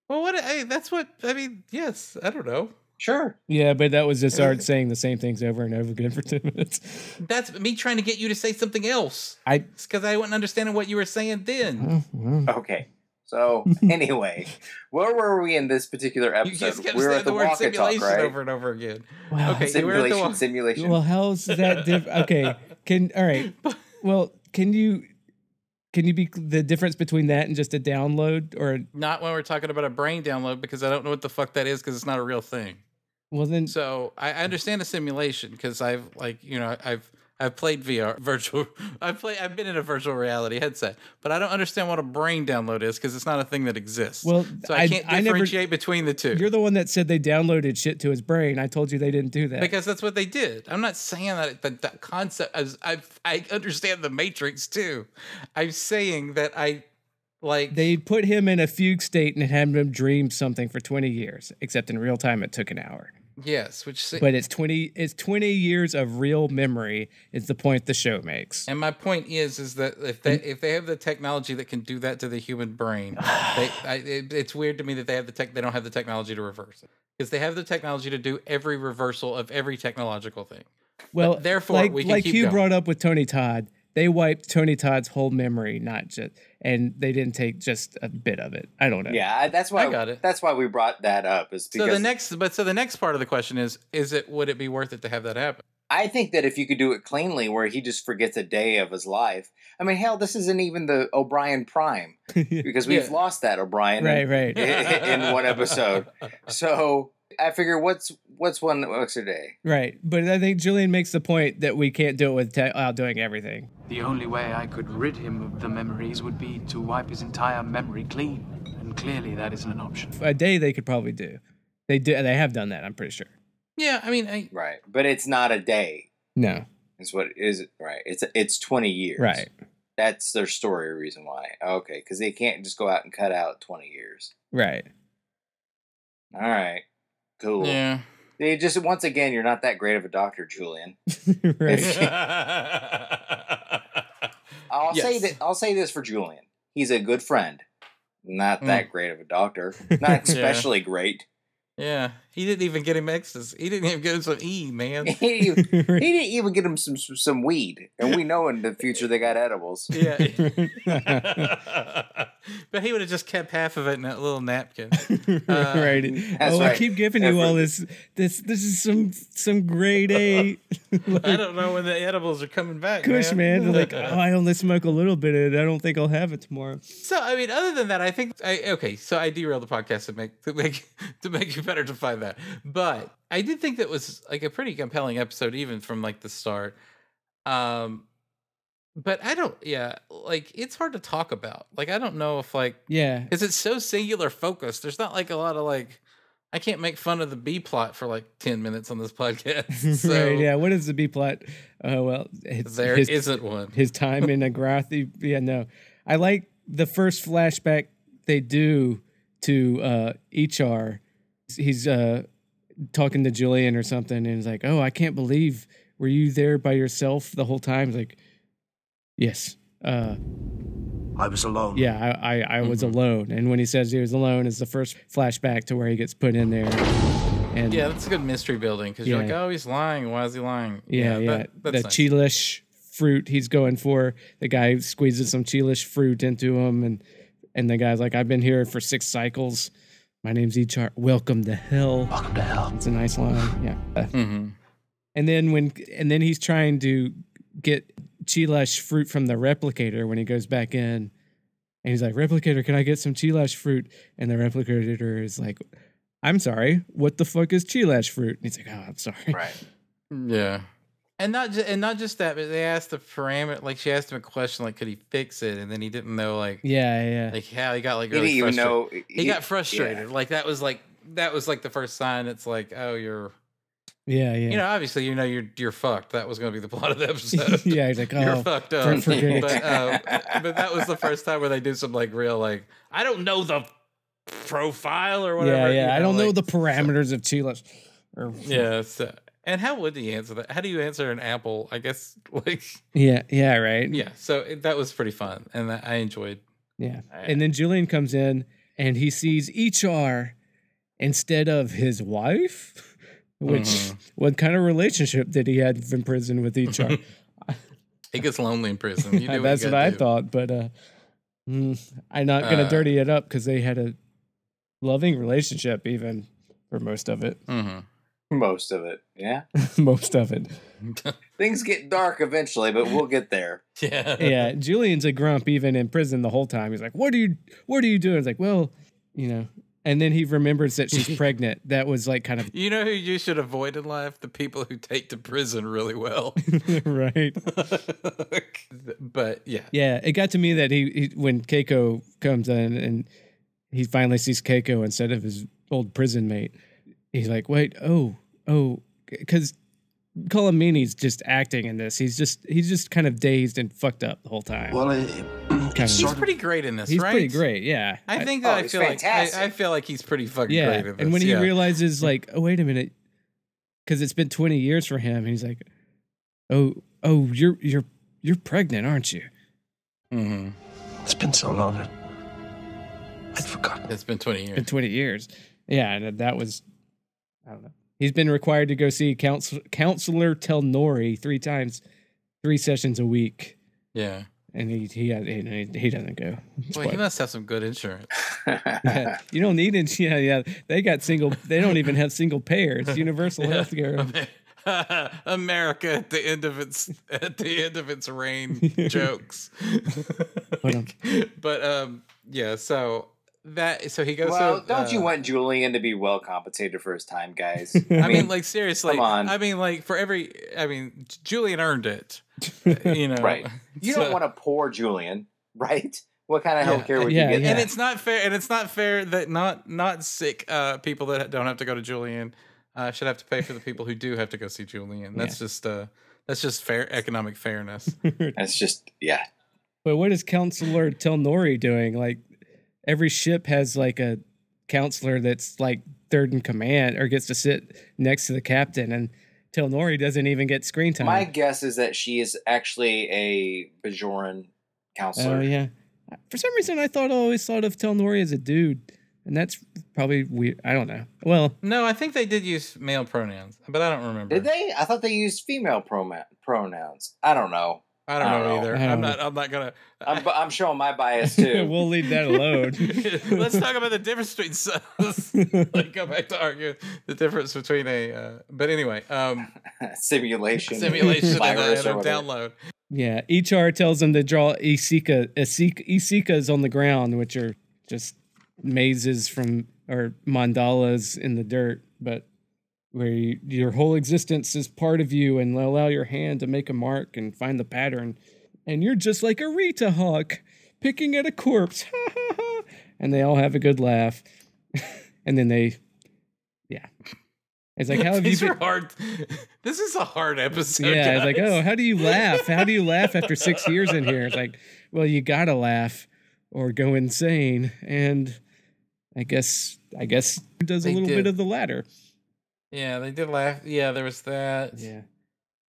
Speaker 5: well, what? Hey, that's what I mean. Yes, I don't know.
Speaker 4: Sure.
Speaker 3: yeah, but that was just Art saying the same things over and over again for ten minutes.
Speaker 5: That's me trying to get you to say something else.
Speaker 3: I-
Speaker 5: it's because I wasn't understanding what you were saying then.
Speaker 3: Oh, well.
Speaker 4: Okay.
Speaker 3: [laughs]
Speaker 4: So anyway, where were we in this particular
Speaker 5: You
Speaker 4: episode?
Speaker 5: just kept
Speaker 4: we were
Speaker 5: saying
Speaker 4: at the
Speaker 5: the word
Speaker 4: walk and talk,
Speaker 5: simulation
Speaker 4: right?
Speaker 5: over and over again.
Speaker 3: Wow.
Speaker 5: Okay, you were at the
Speaker 4: simulation,
Speaker 5: walk-
Speaker 4: simulation.
Speaker 3: Well, how's that
Speaker 5: [laughs]
Speaker 3: different? Okay, can all right. Well, can you can you be cl- the difference between that and just a download or
Speaker 5: Not when we're talking about a brain download because I don't know what the fuck that is because it's not a real thing.
Speaker 3: well then
Speaker 5: So I I understand a simulation because I've like you know I've I've played VR [laughs] virtual. I've played I've been in a virtual reality headset, but I don't understand what a brain download is because it's not a thing that exists.
Speaker 3: Well,
Speaker 5: so I,
Speaker 3: I-
Speaker 5: can't
Speaker 3: I never-
Speaker 5: differentiate between the 2
Speaker 3: you're the one that said they downloaded shit to his brain. I told you they didn't do that.
Speaker 5: because that's what they did. I'm not saying that the, the concept. I, was, I I understand the Matrix too. I'm saying that I like
Speaker 3: they put him in a fugue state and had him dream something for 20 years, except in real time it took an hour.
Speaker 5: yes, which se-
Speaker 3: But it's 20 it's 20 years of real memory is the point the show makes.
Speaker 5: And my point is, is that if they if they have the technology that can do that to the human brain, they, I, it, it's weird to me that they have the tech. They don't have the technology to reverse it because they have the technology to do every reversal of every technological thing.
Speaker 3: Well,
Speaker 5: therefore,
Speaker 3: like,
Speaker 5: we can
Speaker 3: like
Speaker 5: keep
Speaker 3: you
Speaker 5: going.
Speaker 3: brought up with Tony Todd, they wiped Tony Todd's whole memory, not just and they didn't take just a bit of it. I don't know.
Speaker 4: Yeah, I, that's why
Speaker 5: I got it.
Speaker 4: That's why we brought that up. Is
Speaker 5: So
Speaker 4: because
Speaker 5: the next, but so the next part of the question is, is it would it be worth it to have that happen?
Speaker 4: I think that if you could do it cleanly, where he just forgets a day of his life. I mean, hell, this isn't even the
Speaker 3: [laughs]
Speaker 4: O'Brien Prime because we've
Speaker 5: Yeah.
Speaker 4: lost that O'Brien in-
Speaker 3: Right, right.
Speaker 4: [laughs] in, in one episode. So I figure, what's what's one extra day?
Speaker 3: Right. But I think Julian makes the point that we can't do it with te- outdoing everything.
Speaker 1: The only way I could rid him of the memories would be to wipe his entire memory clean, and clearly that isn't an option.
Speaker 3: A day they could probably do. They do they have done that, I'm pretty sure.
Speaker 5: Yeah, I mean, I,
Speaker 4: Right, but it's not a day.
Speaker 3: No.
Speaker 4: Is what is it? Right, it's it's twenty years.
Speaker 3: Right.
Speaker 4: that's their story reason why. Okay, because they can't just go out and cut out twenty years.
Speaker 3: Right. [laughs]
Speaker 4: All right, cool.
Speaker 5: yeah. [laughs]
Speaker 4: They just once again, you're not that great of a doctor, Julian.
Speaker 3: right.
Speaker 4: I'll say
Speaker 5: Yes.
Speaker 4: that I'll say this for Julian. He's a good friend. Not
Speaker 5: Mm.
Speaker 4: that great of a
Speaker 5: [laughs]
Speaker 4: doctor. Not especially great. [laughs]
Speaker 5: yeah, he didn't even get him ecstasy. He didn't even get him some E,
Speaker 4: [laughs]
Speaker 5: man.
Speaker 4: He, he didn't even get him some some weed, and we know in the future they got
Speaker 5: [laughs]
Speaker 4: edibles.
Speaker 5: Yeah. but he would have just kept half of it in that little napkin. Um,
Speaker 3: right.
Speaker 4: that's
Speaker 3: oh, I
Speaker 4: right.
Speaker 3: keep giving you all
Speaker 4: Every-
Speaker 3: this. This this is some some grade A
Speaker 5: [laughs] I don't know when the edibles are coming back.
Speaker 3: kush, man. They're
Speaker 5: [laughs]
Speaker 3: Like, oh, I only smoke a little bit of it. I don't think I'll have it tomorrow.
Speaker 5: So I mean, other than that, I think I okay. So I derailed the podcast to make to make [laughs] to make you better to find that. But I did think that was like a pretty compelling episode, even from like the start. Um, but I don't. Yeah, like it's hard to talk about. Like I don't know if like
Speaker 3: Yeah.
Speaker 5: because it's so singular focused. There's not like a lot of like. I can't make fun of the B plot for like ten minutes on this [laughs] podcast.
Speaker 3: [laughs] [laughs]
Speaker 5: So
Speaker 3: right. Yeah. What is the B plot? Oh well, it's,
Speaker 5: there
Speaker 3: his,
Speaker 5: not one.
Speaker 3: his time in Agrathi. Yeah. No, I like the first flashback they do to uh, HR. He's uh, talking to Julian or something, and he's like, "Oh, I can't believe were you there by yourself the whole time?" He's like, yes. Uh,
Speaker 2: I was alone.
Speaker 3: Yeah, I, I, I was
Speaker 5: Mm-hmm.
Speaker 3: alone. And when he says he was alone, is the first flashback to where he gets put in there. And
Speaker 5: Yeah, that's a good mystery building because you're like,
Speaker 3: Yeah.
Speaker 5: oh, he's lying. Why is he lying?
Speaker 3: yeah, yeah,
Speaker 5: that- that's
Speaker 3: the
Speaker 5: nice.
Speaker 3: chelish fruit he's going for. The guy squeezes some chelish fruit into him, and and the guy's like, "I've been here for six cycles. My name's Echar. Welcome to hell."
Speaker 2: Welcome to hell.
Speaker 3: It's a nice line. Yeah. Uh,
Speaker 5: Mhm.
Speaker 3: And then when and then he's trying to get chilash fruit from the replicator when he goes back in. And he's like, "Replicator, can I get some chilash fruit?" And the replicator is like, "I'm sorry, what the fuck is chilash fruit?" And he's like, "Oh, I'm sorry."
Speaker 4: Right.
Speaker 5: Yeah. And not just and not just that, but they asked the parameter like she asked him a question like could he fix it and then he didn't know like
Speaker 3: [laughs] Yeah, yeah.
Speaker 5: like how he got like
Speaker 4: He
Speaker 5: really
Speaker 4: didn't even
Speaker 5: frustrated.
Speaker 4: know.
Speaker 5: he, got frustrated. Like that was like that was like the first sign it's like, oh you're
Speaker 3: yeah, yeah.
Speaker 5: you know, obviously you know you're you're fucked. That was gonna be the
Speaker 3: [laughs]
Speaker 5: plot of the episode.
Speaker 3: yeah, he's like,
Speaker 5: You're
Speaker 3: "Oh,
Speaker 5: fucked
Speaker 3: for-
Speaker 5: up.
Speaker 3: forget it." [laughs]
Speaker 5: But uh, but that was the first time where they do some like real like I don't know the profile or whatever.
Speaker 3: yeah,
Speaker 5: you
Speaker 3: yeah. I don't know
Speaker 5: like,
Speaker 3: the parameters of chilash." Or,
Speaker 5: Yeah. So, and how would you answer that? How do you answer an apple? I guess [laughs] like
Speaker 3: yeah, yeah, right.
Speaker 5: yeah. So it, that was pretty fun, and that I enjoyed.
Speaker 3: Yeah.
Speaker 5: I-
Speaker 3: And then Julian comes in and he sees HR instead of his wife, [laughs] which
Speaker 5: Mhm.
Speaker 3: what kind of relationship did he have in prison
Speaker 5: [laughs]
Speaker 3: with HR?
Speaker 5: It gets lonely in prison.
Speaker 3: [laughs]
Speaker 5: You do
Speaker 3: That's
Speaker 5: you
Speaker 3: what
Speaker 5: gotta
Speaker 3: I
Speaker 5: do.
Speaker 3: thought, but uh, mm, I'm not going to
Speaker 5: Uh,
Speaker 3: dirty it up because they had a loving relationship, even for most of it. [laughs]
Speaker 5: Mhm.
Speaker 4: most of it. Yeah.
Speaker 3: most of
Speaker 5: [laughs]
Speaker 3: it.
Speaker 5: Mm-hmm.
Speaker 4: Things get dark eventually, but we'll get there. [laughs]
Speaker 5: Yeah.
Speaker 3: Yeah. Julian's a grump even in prison the whole time. He's like, What are you, what are you doing? It's like, Well, you know. And then he remembers that
Speaker 5: [laughs]
Speaker 3: she's pregnant. That was like kind of
Speaker 5: You know who you should avoid in life? The people who take to prison really well. [laughs]
Speaker 3: [laughs] right.
Speaker 5: but yeah.
Speaker 3: Yeah, it got to me that he, he when Keiko comes in and he finally sees Keiko instead of his old prison mate, he's like, "Wait, oh, oh," because Colomini's just acting in this. He's just he's just kind of dazed and fucked up the whole time.
Speaker 2: Well, it,
Speaker 3: Kind of.
Speaker 2: it's
Speaker 5: He's
Speaker 2: sort of
Speaker 5: pretty great in this,
Speaker 3: he's
Speaker 5: right?
Speaker 3: pretty great. Yeah,
Speaker 5: I think that
Speaker 4: Oh,
Speaker 5: I
Speaker 4: he's
Speaker 5: feel like I, I
Speaker 4: fantastic.
Speaker 5: feel like he's pretty fucking
Speaker 3: yeah.
Speaker 5: great in this.
Speaker 3: And when he
Speaker 5: yeah. [laughs]
Speaker 3: realizes, like, oh wait a minute, because it's been twenty years for him, he's like, "Oh, oh, you're you're you're pregnant, aren't you?"
Speaker 5: Mhm.
Speaker 2: it's been so long. I'd forgotten.
Speaker 5: it's been twenty
Speaker 3: in
Speaker 5: years.
Speaker 3: 20 years. Yeah, and that was I don't know. He's been required to go see counsel, counselor Telnori three times, three sessions a week,
Speaker 5: Yeah.
Speaker 3: and he he he, he doesn't go.
Speaker 5: Well, he must have some good insurance.
Speaker 3: [laughs]
Speaker 5: [laughs]
Speaker 3: Yeah, you don't need it. Yeah, yeah. They got single. They don't even have single payer. It's [laughs] universal health care.
Speaker 5: Amer- America at the end of its at the end of its reign
Speaker 3: [laughs]
Speaker 5: jokes. [laughs]
Speaker 3: um, [laughs]
Speaker 5: but um yeah, so that so he goes
Speaker 4: well,
Speaker 5: to,
Speaker 4: don't you
Speaker 5: uh,
Speaker 4: want Julian to be well compensated for his time, guys?
Speaker 3: [laughs]
Speaker 5: I mean, like seriously.
Speaker 4: come on.
Speaker 5: I mean, like for every. I mean, J- Julian earned [laughs] it. You know,
Speaker 4: Right. you don't
Speaker 5: So-
Speaker 4: want to poor Julian, [laughs] right? What kind of
Speaker 5: Yeah,
Speaker 4: healthcare would
Speaker 3: yeah,
Speaker 4: you get?
Speaker 3: yeah.
Speaker 5: And it's not fair. And it's not fair that not not sick uh, people that don't have to go to Julian uh, should have to pay for the people who do have to go see Julian. That's just uh, that's just fair economic fairness. [laughs]
Speaker 4: That's just yeah.
Speaker 3: But what is counselor Telnori doing? Like every ship has like a counselor that's like third in command or gets to sit next to the captain, and Telnori doesn't even get screen time.
Speaker 4: My guess is that she is actually a Bajoran
Speaker 3: Oh
Speaker 4: counselor.
Speaker 3: yeah. For some reason, I thought I always thought of Telnori as a dude, and that's probably weird. I don't know. Well,
Speaker 5: no, I think they did use male pronouns, but I don't remember.
Speaker 4: Did they? I thought they used female proma- pronouns. I don't know.
Speaker 5: I don't
Speaker 4: I
Speaker 5: know
Speaker 4: don't know.
Speaker 5: either.
Speaker 3: Oh. I don't
Speaker 5: I'm
Speaker 3: know.
Speaker 5: not. I'm not gonna. [laughs]
Speaker 4: I'm, but I'm showing my bias
Speaker 3: [laughs]
Speaker 4: too.
Speaker 3: we'll leave that
Speaker 5: [laughs]
Speaker 3: alone.
Speaker 5: Let's talk about the difference between [laughs] sons. like go back to argue the difference between a. Uh, but anyway,
Speaker 4: [laughs]
Speaker 5: um,
Speaker 4: Simulation,
Speaker 5: simulation and
Speaker 4: virus,
Speaker 5: a,
Speaker 4: or
Speaker 5: and a
Speaker 4: whatever.
Speaker 5: download.
Speaker 3: yeah, HR tells him to draw Isika, Isika, Isikas on the ground, which are just mazes from or mandalas in the dirt, but where you, your whole existence is part of you, and allow your hand to make a mark and find the pattern. and you're just like a Rita hawk picking at a corpse. [laughs] and they all have a good laugh. [laughs] and then they, yeah. It's
Speaker 5: [laughs]
Speaker 3: like, how have you
Speaker 5: These are
Speaker 3: been?
Speaker 5: hard. This is a hard episode.
Speaker 3: Yeah, it's
Speaker 5: guys.
Speaker 3: like, oh, how do you laugh? How do you laugh after six years in here? It's like, well, you gotta laugh or go insane. And I guess, I guess it does a
Speaker 5: They
Speaker 3: little bit
Speaker 5: did.
Speaker 3: of the latter.
Speaker 5: yeah, they did laugh. Yeah, there was that.
Speaker 3: Yeah.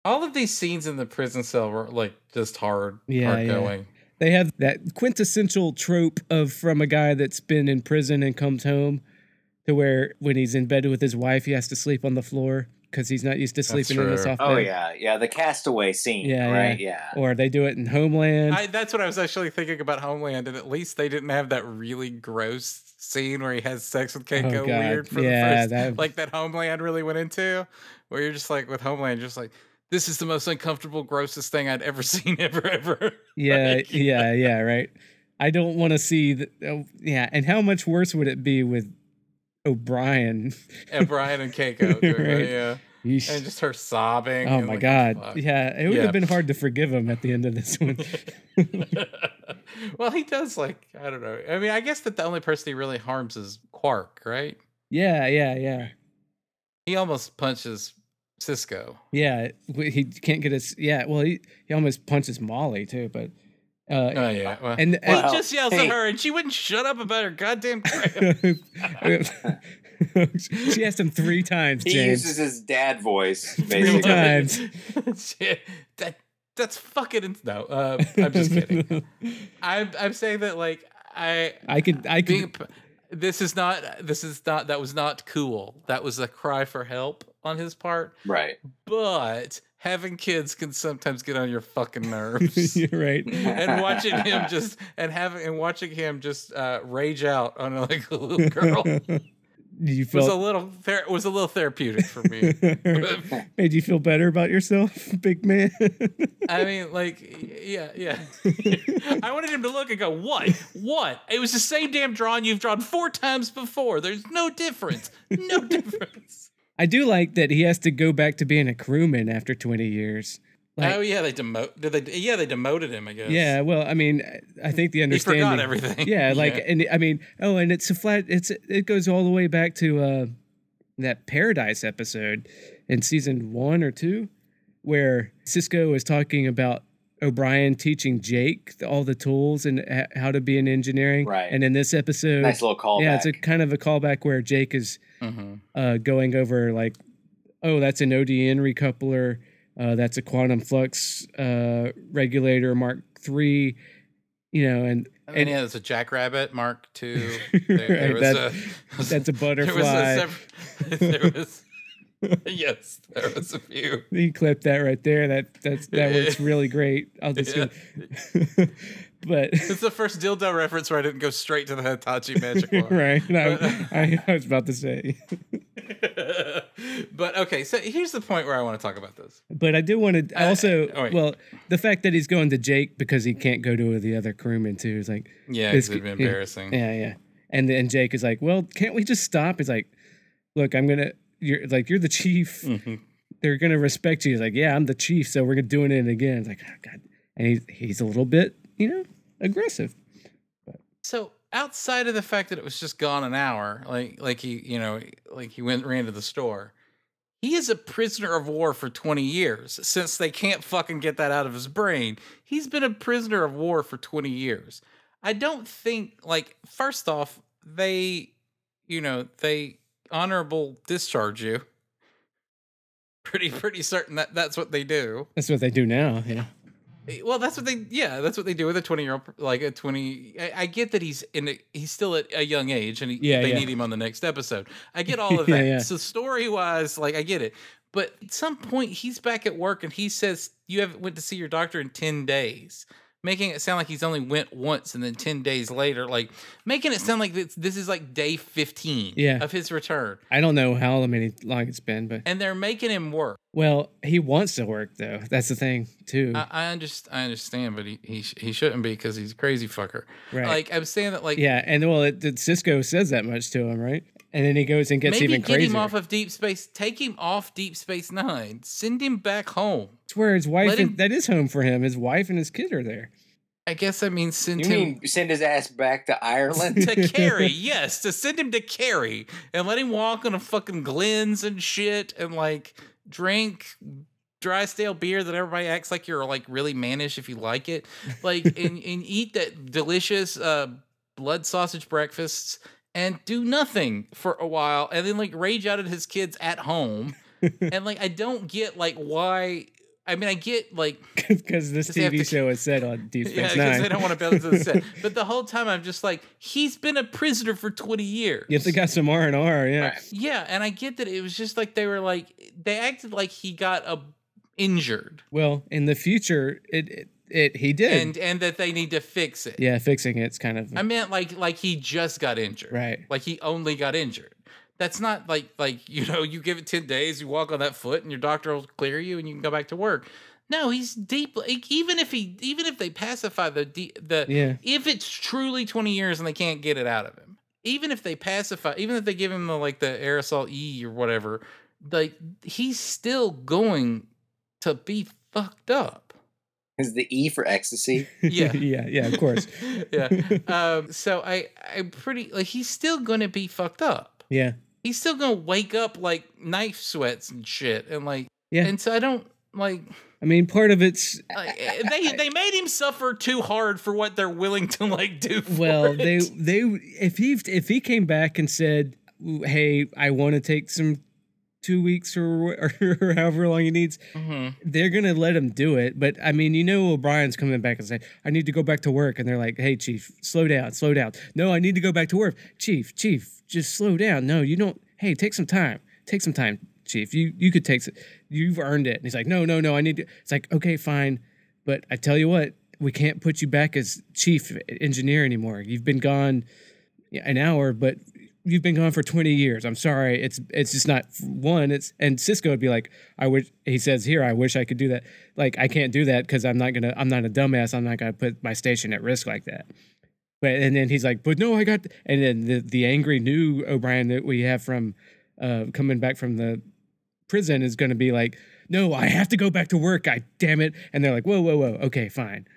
Speaker 5: All of these scenes in the prison cell were like just hard,
Speaker 3: Yeah,
Speaker 5: hard
Speaker 3: yeah.
Speaker 5: going.
Speaker 3: They have that quintessential trope of from a guy that's been in prison and comes home to where when he's in bed with his wife, he has to sleep on the floor because he's not used to sleeping in a
Speaker 5: true.
Speaker 3: soft
Speaker 4: Oh
Speaker 3: bed.
Speaker 4: yeah, yeah, the castaway scene,
Speaker 3: Yeah,
Speaker 4: right? Yeah.
Speaker 3: Or they do it in Homeland.
Speaker 5: I, that's what I was actually thinking about Homeland, and at least they didn't have that really gross scene where he has sex with Keiko
Speaker 3: Oh, God.
Speaker 5: weird for
Speaker 3: Yeah,
Speaker 5: the first
Speaker 3: that-
Speaker 5: [laughs] like that Homeland really went into, where you're just like with Homeland, you're just like this is the most uncomfortable, grossest thing I'd ever [laughs] seen ever ever.
Speaker 3: yeah,
Speaker 5: [laughs] Like-
Speaker 3: yeah, yeah, right. I don't want to see the, oh, yeah, and how much worse would it be with O'Brien?
Speaker 5: and Brian and Keiko, doing
Speaker 3: [laughs]
Speaker 5: that,
Speaker 3: Right.
Speaker 5: yeah,
Speaker 3: Yeesh.
Speaker 5: and just her sobbing.
Speaker 3: oh
Speaker 5: and,
Speaker 3: my
Speaker 5: like,
Speaker 3: God.
Speaker 5: fuck.
Speaker 3: Yeah, it would
Speaker 5: Yeah.
Speaker 3: have been hard to forgive him at the end of this
Speaker 5: [laughs]
Speaker 3: one. [laughs]
Speaker 5: well, he does like I don't know. I mean, I guess that the only person he really harms is Quark, right?
Speaker 3: yeah, yeah, yeah.
Speaker 5: He almost punches Cisco.
Speaker 3: Yeah, w- he can't get his. Yeah, well, he, he almost punches Molly too, but uh,
Speaker 5: Oh yeah. Well,
Speaker 3: and,
Speaker 5: he
Speaker 3: and
Speaker 4: Wow.
Speaker 5: just yells
Speaker 4: Hey.
Speaker 5: at her, and she wouldn't shut up about her goddamn crap.
Speaker 3: [laughs] she asked him three times,
Speaker 4: He
Speaker 3: James.
Speaker 4: uses his dad
Speaker 3: [laughs]
Speaker 4: voice
Speaker 5: [laughs]
Speaker 3: Three
Speaker 4: basically.
Speaker 3: times.
Speaker 5: Shit. that, that's fucking. Ins- no, uh, I'm
Speaker 3: [laughs]
Speaker 5: just kidding. I'm I'm saying that like I
Speaker 3: I could, I could.
Speaker 5: being. This is not. This is not. That was not cool. That was a cry for help on his part.
Speaker 4: Right.
Speaker 5: But having kids can sometimes get on
Speaker 3: [laughs]
Speaker 5: your fucking nerves.
Speaker 3: you're right.
Speaker 5: and watching him just and having and watching him just uh, rage out on like
Speaker 3: [laughs]
Speaker 5: a little girl
Speaker 3: you
Speaker 5: was
Speaker 3: [laughs]
Speaker 5: a
Speaker 3: felt
Speaker 5: little ther- was a little therapeutic for
Speaker 3: [laughs]
Speaker 5: me. But,
Speaker 3: made you feel better about yourself, [laughs] big
Speaker 5: [laughs]
Speaker 3: man.
Speaker 5: I mean, like, y- yeah,
Speaker 3: [laughs]
Speaker 5: yeah. I wanted him to look and go, "What? What? It was the same damn drawing you've drawn four times before. There's no difference.
Speaker 3: [laughs]
Speaker 5: No difference."
Speaker 3: I do like that he has to go back to being a crewman after 20 years. Like,
Speaker 5: oh yeah, they demote. Did they? Yeah, they demoted him. I guess.
Speaker 3: yeah, well, I mean, I I think the
Speaker 5: he
Speaker 3: understanding.
Speaker 5: forgot everything. [laughs]
Speaker 3: yeah like and i mean oh and it's a flat it's it goes all the way back to uh that paradise episode in season one or two where cisco is talking about o'brien teaching jake all the tools and h- how to be in engineering
Speaker 4: Right.
Speaker 3: and in this episode
Speaker 4: Nice little callback.
Speaker 3: yeah it's a kind of a callback where jake is
Speaker 5: hmm
Speaker 3: uh going over like oh that's an odn recoupler uh that's a quantum flux uh regulator mark three you know and
Speaker 5: And, yeah, there's a Jackrabbit Mark II.
Speaker 3: [laughs]
Speaker 5: There,
Speaker 3: Right,
Speaker 5: there was
Speaker 3: that-
Speaker 5: a,
Speaker 3: that's a
Speaker 5: [laughs] there was
Speaker 3: butterfly
Speaker 5: a separ- [laughs] there was yes, there was a few.
Speaker 3: You clip that right there. That that's that works really great. I'll just
Speaker 5: Yeah.
Speaker 3: [laughs] but [laughs]
Speaker 5: It's the first dildo reference where I didn't go straight to the Hitachi magic wand.
Speaker 3: right. No,
Speaker 5: [laughs]
Speaker 3: I, I was about to say.
Speaker 5: but okay, so here's the point where I want to talk about this.
Speaker 3: But I do want to
Speaker 5: Uh,
Speaker 3: also
Speaker 5: all right.
Speaker 3: well the fact that he's going to Jake because he can't go to the other crewman too is like
Speaker 5: Yeah,
Speaker 3: This
Speaker 5: because it'd be
Speaker 3: could- yeah.
Speaker 5: embarrassing.
Speaker 3: yeah yeah and then Jake is like well can't we just stop? He's like look I'm gonna you're like you're the chief.
Speaker 5: Mhm.
Speaker 3: They're gonna respect you. He's like yeah I'm the chief so we're gonna doing it again. It's like oh, God and he's he's a little bit you know aggressive.
Speaker 5: So outside of the fact that it was just gone an hour, like like he you know like he went ran to the store, he is a prisoner of war for twenty years. Since they can't fucking get that out of his brain, he's been a prisoner of war for twenty years. I don't think like first off they, you know they honorable discharge you. Pretty pretty certain that that's what they do.
Speaker 3: That's what they do now. Yeah.
Speaker 5: Eh, Well, that's what they. Yeah, that's what they do with a twenty-year-old. Like a twenty. I, I get that he's in. A, he's still at a young age, and he,
Speaker 3: Yeah,
Speaker 5: they
Speaker 3: yeah.
Speaker 5: need him on the next episode. I get
Speaker 3: [laughs]
Speaker 5: all of
Speaker 3: Yeah,
Speaker 5: that.
Speaker 3: yeah.
Speaker 5: So story-wise, like I get it. But at some point, he's back at work, and he says you haven't went to see your doctor in ten days, making it sound like he's only went once, and then ten days later, like making it sound like this, this is like day fifteen
Speaker 3: Yeah.
Speaker 5: of his return,
Speaker 3: I don't know how many long it's been, but
Speaker 5: and they're making him work.
Speaker 3: well, he wants to work though. That's the thing too,
Speaker 5: I, I understand. I understand, but he he, sh- he shouldn't be because he's a crazy fucker.
Speaker 3: right?
Speaker 5: Like I'm saying that, like
Speaker 3: yeah, and well, it, it- Cisco says that much to him, right? And then he goes and gets
Speaker 5: maybe
Speaker 3: even
Speaker 5: get
Speaker 3: crazier.
Speaker 5: him off of Deep Space. Take him off Deep Space Nine. Send him back home.
Speaker 3: swear his wife
Speaker 5: Let him-
Speaker 3: and, that is home for him. His wife and his kid are there.
Speaker 5: I guess that means send
Speaker 4: You
Speaker 5: him
Speaker 4: mean send his ass back to
Speaker 5: [laughs]
Speaker 4: Ireland?
Speaker 5: to Kerry. yes, to send him to Kerry and let him walk on a fucking glens and shit and like drink dry stale beer that everybody acts like you're like really mannish if you like it. Like and, and eat that delicious uh blood sausage breakfasts and do nothing for a while and then like rage out at his kids at home. and like I don't get like why I mean I get like
Speaker 3: Because this
Speaker 5: 'Cause they have
Speaker 3: TV
Speaker 5: to-
Speaker 3: show is set on Deep Space
Speaker 5: [laughs] yeah, because
Speaker 3: Nine.
Speaker 5: they don't want to build it to the
Speaker 3: [laughs]
Speaker 5: set. But the whole time, I'm just like, he's been a prisoner for 20 years.
Speaker 3: you have to got some R and R, yeah.
Speaker 5: yeah, and I get that it was just like they were like they acted like he got a injured
Speaker 3: Well, in the future, it it, it he did.
Speaker 5: and and that they need to fix it.
Speaker 3: yeah, fixing it's kind of
Speaker 5: I meant like like he just got injured.
Speaker 3: right.
Speaker 5: Like he only got injured. That's not like like [laughs] you know you give it ten days, you walk on that foot, and your doctor will clear you, and you can go back to work. No, he's deeply like, even if he even if they pacify the de- the
Speaker 3: [laughs] Yeah,
Speaker 5: if it's truly 20 years and they can't get it out of him even if they pacify even if they give him the like the aerosol e or whatever like he's still going to be fucked up
Speaker 4: Is the E for ecstasy?
Speaker 3: [laughs]
Speaker 5: Yeah.
Speaker 3: yeah, yeah. Of course.
Speaker 5: [laughs] yeah um so i i'm pretty like he's still gonna be fucked up
Speaker 3: yeah,
Speaker 5: he's still gonna wake up like knife sweats and shit and like
Speaker 3: Yeah.
Speaker 5: and so i don't like
Speaker 3: I mean, part of it's
Speaker 5: like, eh, they they made him suffer too hard for what they're willing to like do for
Speaker 3: well,
Speaker 5: it.
Speaker 3: they they if he if he came back and said, "Hey, I want to take some two weeks or, wh- [laughs] or however long he needs,"
Speaker 5: Mhm.
Speaker 3: they're gonna let him do it. But I mean, you know, O'Brien's coming back and say, "I need to go back to work," and they're like, "Hey, chief, slow down, slow down." No, I need to go back to work, chief, chief, just slow down. No, you don't. Hey, take some time, take some time, chief. You you could take. s- You've earned it. And he's like, "No, no, no. I need to." It's like, okay, fine, but I tell you what, we can't put you back as chief engineer anymore. You've been gone an hour, but you've been gone for 20 years. I'm sorry. It's it's just not one. It's and Cisco would be like, I wish he says here, I wish I could do that. Like I can't do that because I'm not gonna I'm not a dumbass. I'm not gonna put my station at risk like that. But and then he's like, but no, I got and then the the angry new O'Brien that we have from uh coming back from the prison is gonna be like, no, I have to go back to work. I damn it. And they're like, whoa, whoa, whoa, okay, fine.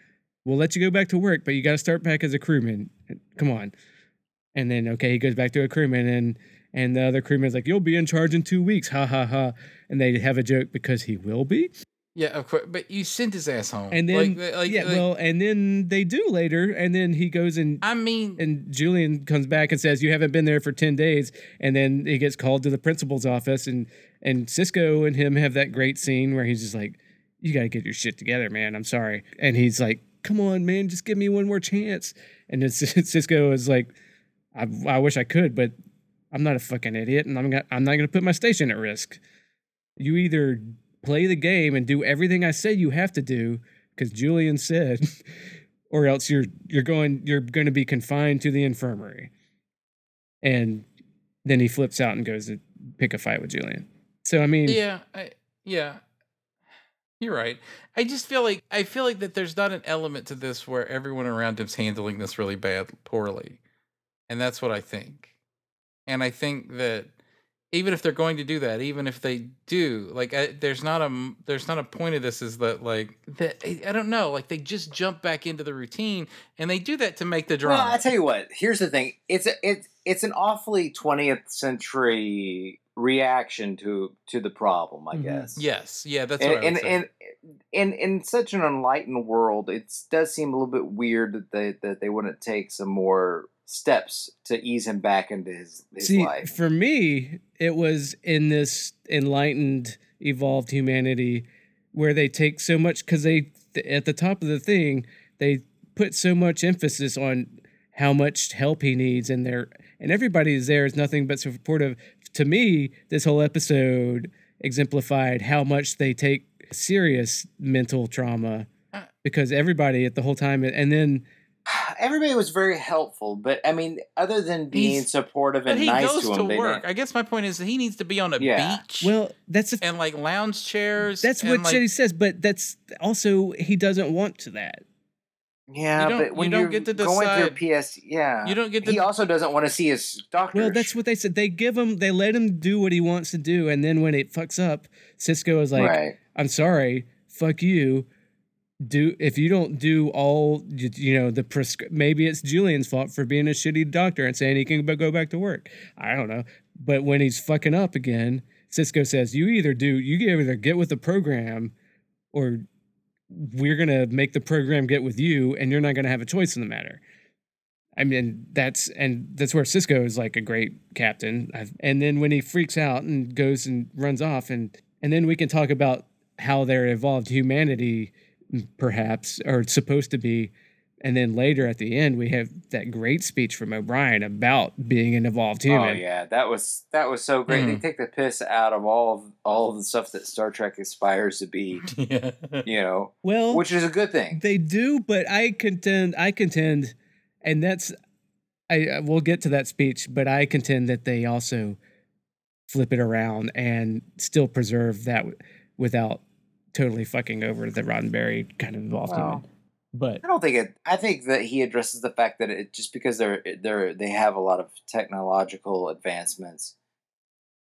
Speaker 3: We'll let you go back to work, but you got to start back as a crewman. Come on. And then okay, he goes back to a crewman and and the other crewman's like, You'll be in charge in two weeks. Ha ha ha. And they have a joke because he will be.
Speaker 5: Yeah, of course. But you sent his ass home.
Speaker 3: And then
Speaker 5: like, like,
Speaker 3: yeah,
Speaker 5: like,
Speaker 3: well, and then they do later, and then he goes and
Speaker 5: I mean,
Speaker 3: and Julian comes back and says, You haven't been there for ten days, and then he gets called to the principal's office and and Cisco and him have that great scene where he's just like, You gotta get your shit together, man. I'm sorry. And he's like, Come on, man, just give me one more chance. And then [laughs] Cisco is like, I, I wish I could, but I'm not a fucking idiot, and I'm not, I'm not going to put my station at risk. You either play the game and do everything I say you have to do, because Julian said, [laughs] or else you're you're going you're going to be confined to the infirmary. And then he flips out and goes to pick a fight with Julian. So I mean,
Speaker 5: yeah, I, yeah. You're right. I just feel like I feel like that there's not an element to this where everyone around him's handling this really bad, poorly, and that's what I think. And I think that even if they're going to do that, even if they do, like, I, there's not a m- there's not a point of this is that like that I, I don't know, like they just jump back into the routine and they do that to make the drama.
Speaker 4: Well, I tell you what. Here's the thing. It's a, it, it's an awfully 20th century reaction to to the problem. I
Speaker 3: Mhm.
Speaker 4: guess.
Speaker 5: yes, Mm-hmm. yeah, that's what I
Speaker 4: And
Speaker 5: would
Speaker 4: and,
Speaker 5: say.
Speaker 4: and in in such an enlightened world, it does seem a little bit weird that they that they wouldn't take some more steps to ease him back into his, his
Speaker 3: See,
Speaker 4: life.
Speaker 3: for me, it was in this enlightened, evolved humanity where they take so much because they at the top of the thing they put so much emphasis on how much help he needs, and they're and everybody is there is nothing but supportive. To me, this whole episode exemplified how much they take serious mental trauma because everybody at the whole time and then
Speaker 4: Everybody was very helpful, but I mean, other than being
Speaker 5: He's-
Speaker 4: supportive
Speaker 5: But
Speaker 4: and
Speaker 5: he
Speaker 4: nice
Speaker 5: goes
Speaker 4: to him,
Speaker 5: to
Speaker 4: they
Speaker 5: work.
Speaker 4: didn't-
Speaker 5: I guess my point is that he needs to be on a
Speaker 4: Yeah.
Speaker 5: beach
Speaker 3: well that's the
Speaker 5: and like lounge chairs.
Speaker 3: That's
Speaker 5: and,
Speaker 3: what
Speaker 5: like,
Speaker 3: Jenny says, but that's also he doesn't want to that.
Speaker 4: yeah,
Speaker 5: don't- you
Speaker 4: but when
Speaker 5: don't
Speaker 4: are
Speaker 5: get to
Speaker 4: going through
Speaker 5: decide-
Speaker 4: PS, yeah,
Speaker 5: You don't get to
Speaker 4: he also doesn't want to see his doctor.
Speaker 3: Well, that's what they said. They give him, they let him do what he wants to do, and then when it fucks up, Cisco is like,
Speaker 4: right.
Speaker 3: "I'm sorry, fuck you. Do if you don't do all you, you know the prescri- maybe it's Julian's fault for being a shitty doctor and saying he can b- go back to work. I don't know, but when he's fucking up again, Cisco says you either do you either get with the program, or we're gonna make the program get with you, and you're not gonna have a choice in the matter. I mean, that's and that's where Cisco is like a great captain. I've, and then when he freaks out and goes and runs off, and and then we can talk about how their evolved humanity, perhaps, or it's supposed to be. And then later at the end, we have that great speech from O'Brien about being an evolved human.
Speaker 4: Oh yeah, that was that was so great.
Speaker 3: Mm.
Speaker 4: They take the piss out of all of, all of the stuff that Star Trek aspires to be,
Speaker 5: [laughs] Yeah.
Speaker 4: you know,
Speaker 3: Well,
Speaker 4: which is a good thing.
Speaker 3: They do, but I contend. I contend, and that's. I I- we'll get to that speech, but I contend that they also flip it around and still preserve that w- without totally fucking over the Roddenberry kind of involved
Speaker 4: Well.
Speaker 3: human. But
Speaker 4: I don't think it. I think that he addresses the fact that it just because they're they're they have a lot of technological advancements,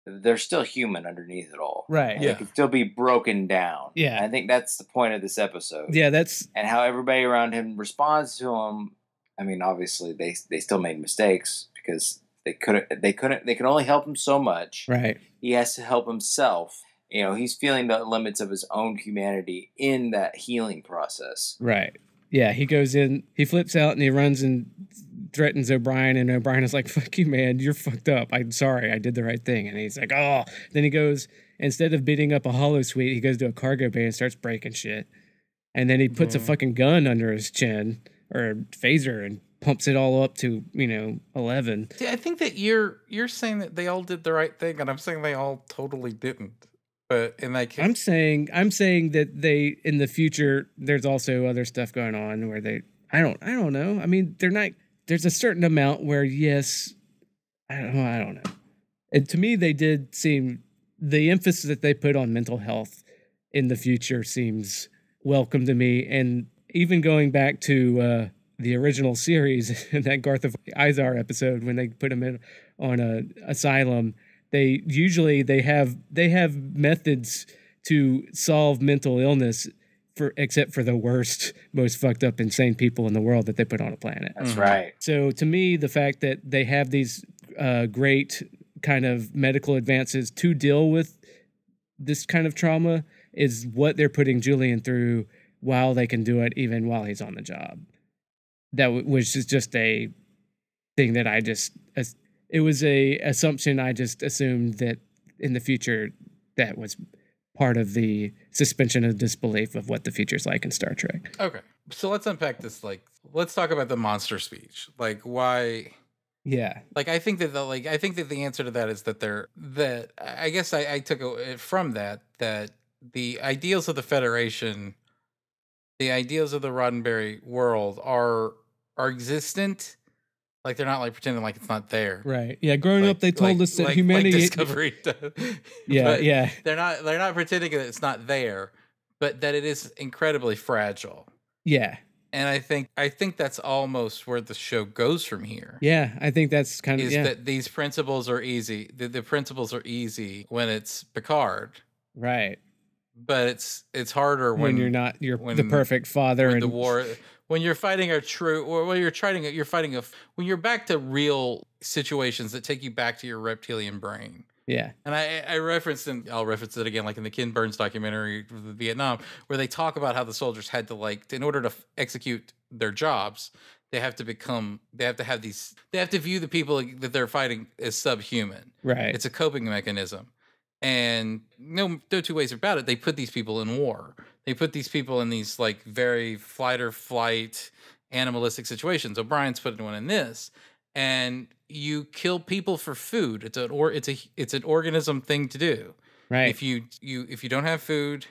Speaker 4: they're still human underneath it all.
Speaker 3: right,
Speaker 4: And
Speaker 3: yeah,
Speaker 4: They can still be broken down.
Speaker 3: Yeah.
Speaker 4: I think that's the point of this episode.
Speaker 3: that's
Speaker 4: and how everybody around him responds to him. I mean, obviously they they still made mistakes because they couldn't they couldn't they can only help him so much.
Speaker 3: right.
Speaker 4: He has to help himself. You know, he's feeling the limits of his own humanity in that healing process.
Speaker 3: Right. Yeah, he goes in, he flips out and he runs and threatens O'Brien and O'Brien is like, "Fuck you, man. You're fucked up. I'm sorry. I did the right thing." And he's like, "Oh." Then he goes instead of beating up a hollow suite, he goes to a cargo bay and starts breaking shit. And then he puts a
Speaker 5: Mhm.
Speaker 3: fucking gun under his chin or a phaser and pumps it all up to, you know, 11.
Speaker 5: See, I think that you're you're saying that they all did the right thing, and I'm saying they all totally didn't. But in that case,
Speaker 3: I'm saying I'm saying that they in the future there's also other stuff going on where they I don't I don't know. I mean they're not there's a certain amount where yes I don't I don't know. And to me they did seem the emphasis that they put on mental health in the future seems welcome to me and even going back to uh the original series [laughs] in that Garth of Izar episode when they put him in on a asylum they usually they have they have methods to solve mental illness for except for the worst most fucked up insane people in the world that they put on a planet
Speaker 4: That's
Speaker 5: Mhm.
Speaker 4: right.
Speaker 3: so to me the fact that they have these uh, great kind of medical advances to deal with this kind of trauma is what they're putting julian through while they can do it even while he's on the job that w- was just just a thing that i just as- it was a assumption i just assumed that in the future that was part of the suspension of disbelief of what the future's like in star trek
Speaker 5: okay. So let's unpack this. Like, let's talk about the monster speech. Like, why?
Speaker 3: yeah
Speaker 5: Like, I think that the like I think that the answer to that is that they're that I I guess I, I took a- from that that the ideals of the Federation, the ideals of the Roddenberry world are are existent. Like they're not like pretending like it's not there.
Speaker 3: right yeah growing
Speaker 5: Like-
Speaker 3: up they told
Speaker 5: like-
Speaker 3: us that
Speaker 5: like- like
Speaker 3: humanity
Speaker 5: discovery [laughs] does.
Speaker 3: yeah
Speaker 5: But-
Speaker 3: yeah
Speaker 5: they're not they're not pretending that it's not there, but that it is incredibly fragile.
Speaker 3: Yeah.
Speaker 5: And I think I think that's almost where the show goes from here.
Speaker 3: Yeah. I think that's kind of
Speaker 5: Is
Speaker 3: yeah.
Speaker 5: that these principles are easy. The, the principles are easy when it's Picard,
Speaker 3: right.
Speaker 5: but it's it's harder
Speaker 3: When,
Speaker 5: when,
Speaker 3: you're not you're the
Speaker 5: when-
Speaker 3: perfect father
Speaker 5: when
Speaker 3: and
Speaker 5: the war when you're fighting a true or when you're trying to- you're fighting a when you're back to real situations that take you back to your reptilian brain.
Speaker 3: Yeah.
Speaker 5: And I, I referenced, and I'll reference it again, like in the Ken Burns documentary with Vietnam, where they talk about how the soldiers had to like, in order to f- execute their jobs, they have to become, they have to have these, they have to view the people that they're fighting as subhuman.
Speaker 3: Right.
Speaker 5: It's a coping mechanism, and no, no two ways about it. They put these people in war. They put these people in these like very flight or flight, animalistic situations. O'Brien's put one in this, and you kill people for food. It's an or it's a it's an organism thing to do.
Speaker 3: right.
Speaker 5: If you you if you don't have food,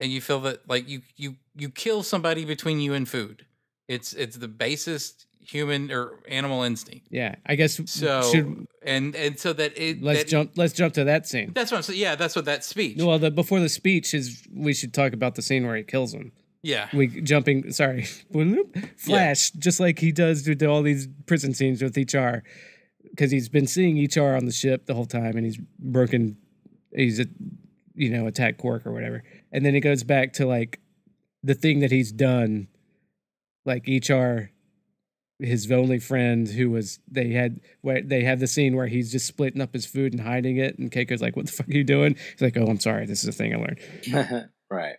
Speaker 5: and you feel that like you you you kill somebody between you and food. It's it's the basest human or animal instinct.
Speaker 3: yeah. I guess
Speaker 5: So
Speaker 3: should
Speaker 5: and and so that it
Speaker 3: let's
Speaker 5: that-
Speaker 3: jump let's jump to that scene.
Speaker 5: That's what I'm saying. Yeah, that's what that speech.
Speaker 3: Well, the before the speech is we should talk about the scene where he kills him.
Speaker 5: yeah,
Speaker 3: We jumping sorry. [laughs] bloop, Flash just like he does to, to all these prison scenes with HR cuz he's been seeing HR on the ship the whole time and he's broken he's a you know, attack Quark or whatever. And then it goes back to like the thing that he's done, like HR, his only friend who was they had where they have the scene where he's just splitting up his food and hiding it, and Keiko's like, "What the fuck are you doing?" He's like, "Oh, I'm sorry. This is a thing I learned."
Speaker 4: [laughs] right.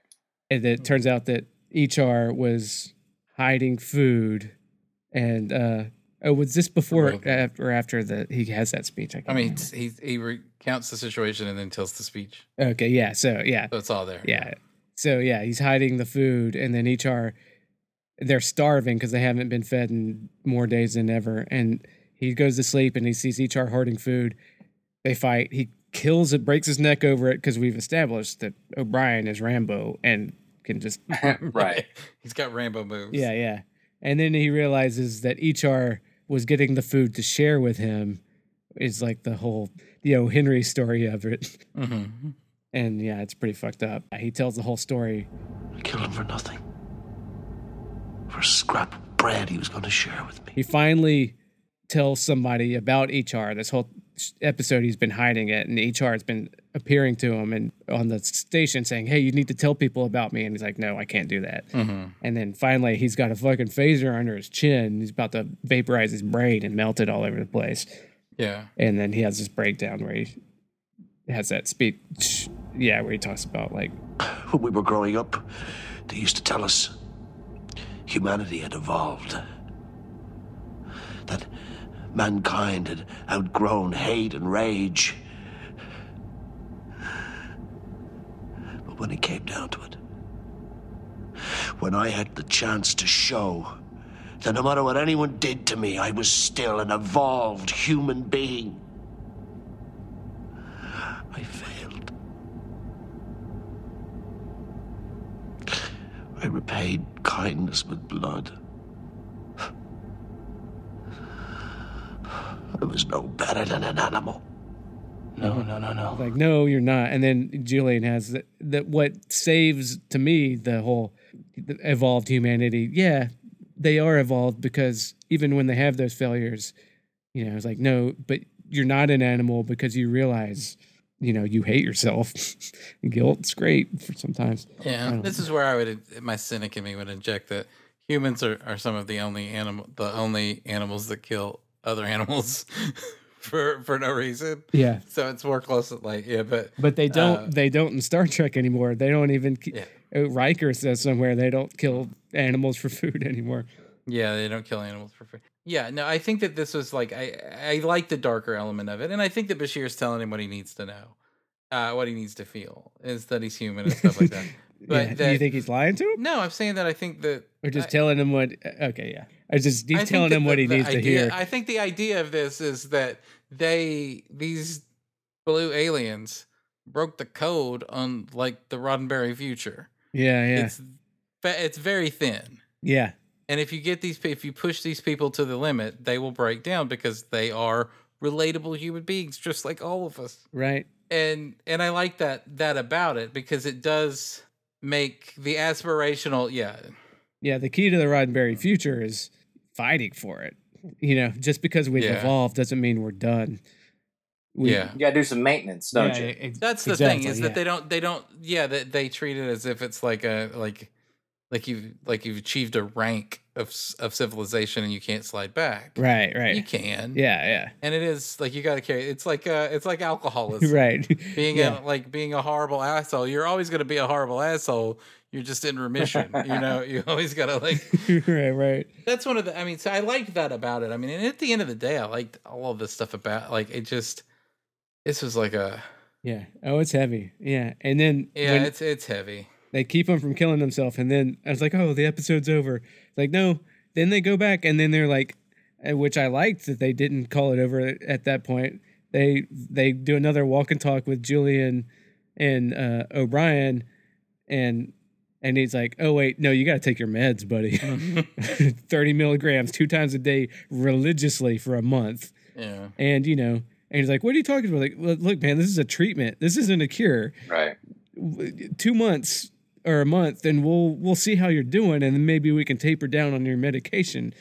Speaker 3: and it turns out that HR was hiding food, and uh, oh, was this before
Speaker 5: Right.
Speaker 3: or af- or after the he has that speech? I, can't
Speaker 5: I mean,
Speaker 3: remember.
Speaker 5: he he recounts the situation and then tells the speech.
Speaker 3: okay, yeah, so yeah,
Speaker 5: So it's all there.
Speaker 3: yeah, so yeah, he's hiding the food, and then HR, they're starving because they haven't been fed in more days than ever, and he goes to sleep and he sees HR hoarding food. They fight. He kills it, breaks his neck over it because we've established that O'Brien is Rambo and can just
Speaker 4: right.
Speaker 5: [laughs] He's got Rambo moves.
Speaker 3: Yeah, yeah. And then he realizes that HR was getting the food to share with him is like the whole, you know, Henry story of it.
Speaker 5: hmm
Speaker 3: And yeah, it's pretty fucked up. He tells the whole story.
Speaker 2: I killed him for nothing. For a scrap of bread he was going to share with me.
Speaker 3: He finally tells somebody about HR. This whole sh- episode he's been hiding it and HR has been appearing to him and on the station saying, "Hey, you need to tell people about me." And he's like, "No, I can't do that."
Speaker 5: hmm
Speaker 3: And then finally, he's got a fucking phaser under his chin. He's about to vaporize his brain and melt it all over the place.
Speaker 5: Yeah.
Speaker 3: and then he has this breakdown where he has that speech yeah where he talks about like
Speaker 2: When we were growing up, they used to tell us humanity had evolved. That mankind had outgrown hate and rage. But when it came down to it, when I had the chance to show that no matter what anyone did to me, I was still an evolved human being, I failed. I repaid kindness with blood. I was no better than an animal. No, no, no, no.
Speaker 3: like no you're not and then julian has that, that what saves to me the whole evolved humanity yeah they are evolved because even when they have those failures you know it's like no but you're not an animal because you realize you know you hate yourself [laughs] guilt's great for sometimes I
Speaker 5: Yeah.
Speaker 3: don't-
Speaker 5: This is where I would my cynic in me would inject that humans are, are some of the only animal the only animals that kill other [laughs] animals for for no reason.
Speaker 3: yeah
Speaker 5: So it's more close to like yeah, but
Speaker 3: But they don't.
Speaker 5: Uh,
Speaker 3: they don't in Star Trek anymore. They don't even. ki-
Speaker 5: Yeah.
Speaker 3: uh, Riker says somewhere they don't kill animals for [laughs] food anymore.
Speaker 5: Yeah, they don't kill animals for food. Yeah, no, I think that this was like I I like the darker element of it, and I think that Bashir's telling him what he needs to know, uh, what he needs to feel is that he's human and stuff like
Speaker 3: [laughs]
Speaker 5: that. But
Speaker 3: yeah. Do you
Speaker 5: that-
Speaker 3: think he's lying to him,
Speaker 5: No, I'm saying that I think that
Speaker 3: or just
Speaker 5: I-
Speaker 3: telling him what? uh, Okay, yeah. I just he's
Speaker 5: I think
Speaker 3: telling
Speaker 5: that
Speaker 3: him what
Speaker 5: the-
Speaker 3: he
Speaker 5: the
Speaker 3: needs to
Speaker 5: idea-
Speaker 3: hear.
Speaker 5: I think the idea of this is that they these blue aliens broke the code on like the Roddenberry future.
Speaker 3: yeah, yeah,
Speaker 5: It's fa- it's very thin.
Speaker 3: yeah,
Speaker 5: And if you get these, pe- if you push these people to the limit, they will break down because they are relatable human beings, just like all of us.
Speaker 3: right.
Speaker 5: And and I like that that about it because it does make the aspirational. Yeah,
Speaker 3: Yeah, the key to the Roddenberry future is fighting for it. You know, just because we've
Speaker 5: Yeah.
Speaker 3: evolved doesn't mean we're done. We-
Speaker 5: yeah.
Speaker 4: You gotta do some maintenance, don't
Speaker 3: Yeah,
Speaker 4: you?
Speaker 3: ex-
Speaker 5: That's the
Speaker 3: exactly,
Speaker 5: thing is
Speaker 3: yeah.
Speaker 5: that they don't they don't yeah that they treat it as if it's like a like like you have like you've achieved a rank of s- of civilization and you can't slide back.
Speaker 3: right,
Speaker 5: You
Speaker 3: right.
Speaker 5: can.
Speaker 3: [laughs] Yeah,
Speaker 5: And it is like you got to carry. It's like uh it's like
Speaker 3: yeah, [laughs]
Speaker 5: alcoholism.
Speaker 3: right.
Speaker 5: being
Speaker 3: yeah.
Speaker 5: a, like being a horrible asshole. You're always going to be a horrible asshole. You're just in remission. you
Speaker 3: [laughs]
Speaker 5: know, you always got to like.
Speaker 3: right, right.
Speaker 5: That's one of the. I mean, so I liked that about it. I mean, and at the end of the day, I liked all of this stuff about like it. Just this was like a
Speaker 3: Yeah. Oh, it's heavy. Yeah. And then
Speaker 5: yeah.
Speaker 3: when
Speaker 5: it's it's heavy.
Speaker 3: they keep him from killing himself, and then I was like, oh, the episode's over. It's like, no. Then they go back, and then they're like, uh, which I liked that they didn't call it over at- at that point. They they do another walk and talk with Julian and uh, O'Brien, and and he's like, oh wait, no, you got to take your meds, buddy. [laughs] Thirty milligrams two times a day religiously for a month
Speaker 5: Yeah.
Speaker 3: and you know and he's like what are you talking about like "Well, look man this is a treatment this isn't a cure
Speaker 4: Right.
Speaker 3: W- two months or a month and we'll we'll see how you're doing and then maybe we can taper down on your medication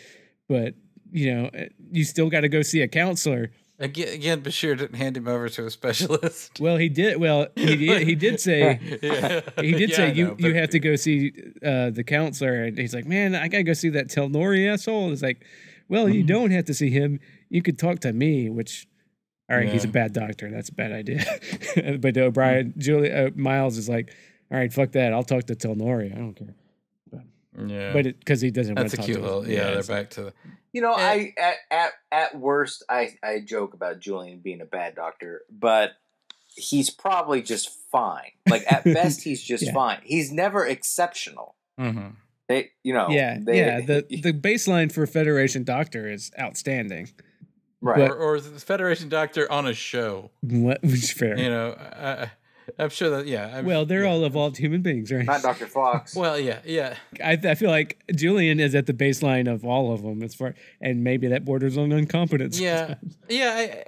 Speaker 3: but you know eh, you still got to go see a counselor
Speaker 5: Again, again, Bashir didn't hand him over to
Speaker 3: [laughs]
Speaker 5: a specialist. [laughs]
Speaker 3: Well, he did. Well, he did, he did say
Speaker 5: Yeah.
Speaker 3: he did
Speaker 5: Yeah, I
Speaker 3: say you
Speaker 5: know,
Speaker 3: you
Speaker 5: but-
Speaker 3: have to go see uh, the counselor, and he's like, man, I gotta go see that Telnori asshole. And it's like, well,
Speaker 5: Mm.
Speaker 3: you don't have to see him. You could talk to me, which. All right, he's a
Speaker 5: Yeah. Mm.
Speaker 3: bad doctor. That's a bad idea. [laughs] but O'Brien, Julie uh, Miles is like, all right, fuck that. I'll talk to Telnori. I don't care.
Speaker 5: Yeah.
Speaker 3: But because he doesn't want
Speaker 5: that's
Speaker 3: to talk
Speaker 5: a
Speaker 3: to
Speaker 5: cute
Speaker 3: us.
Speaker 5: little. Yeah, they're
Speaker 3: it's-
Speaker 5: back to the.
Speaker 4: You
Speaker 3: Eh.
Speaker 4: know,
Speaker 5: Yeah.
Speaker 4: I at, at at worst, I I joke about Julian being a bad doctor, but he's probably just fine. Like
Speaker 3: [laughs]
Speaker 4: at best, he's just
Speaker 3: Yeah.
Speaker 4: fine. He's never exceptional.
Speaker 3: Mm-hmm.
Speaker 5: hmm
Speaker 4: They, you know,
Speaker 3: yeah,
Speaker 4: they,
Speaker 3: yeah.
Speaker 4: [laughs]
Speaker 3: The the baseline for Federation Doctor is outstanding.
Speaker 4: right.
Speaker 5: Or, or the Federation Doctor on a show.
Speaker 3: What [laughs] was fair?
Speaker 5: You know, I, I, I'm sure that. Yeah. I'm,
Speaker 3: well, they're
Speaker 5: yeah.
Speaker 3: all evolved human beings, right?
Speaker 4: Not
Speaker 3: [laughs]
Speaker 4: Doctor Fox.
Speaker 5: [laughs] Well, yeah, yeah.
Speaker 3: I, I feel like Julian is at the baseline of all of them as far, and maybe that borders on incompetence. [laughs]
Speaker 5: yeah yeah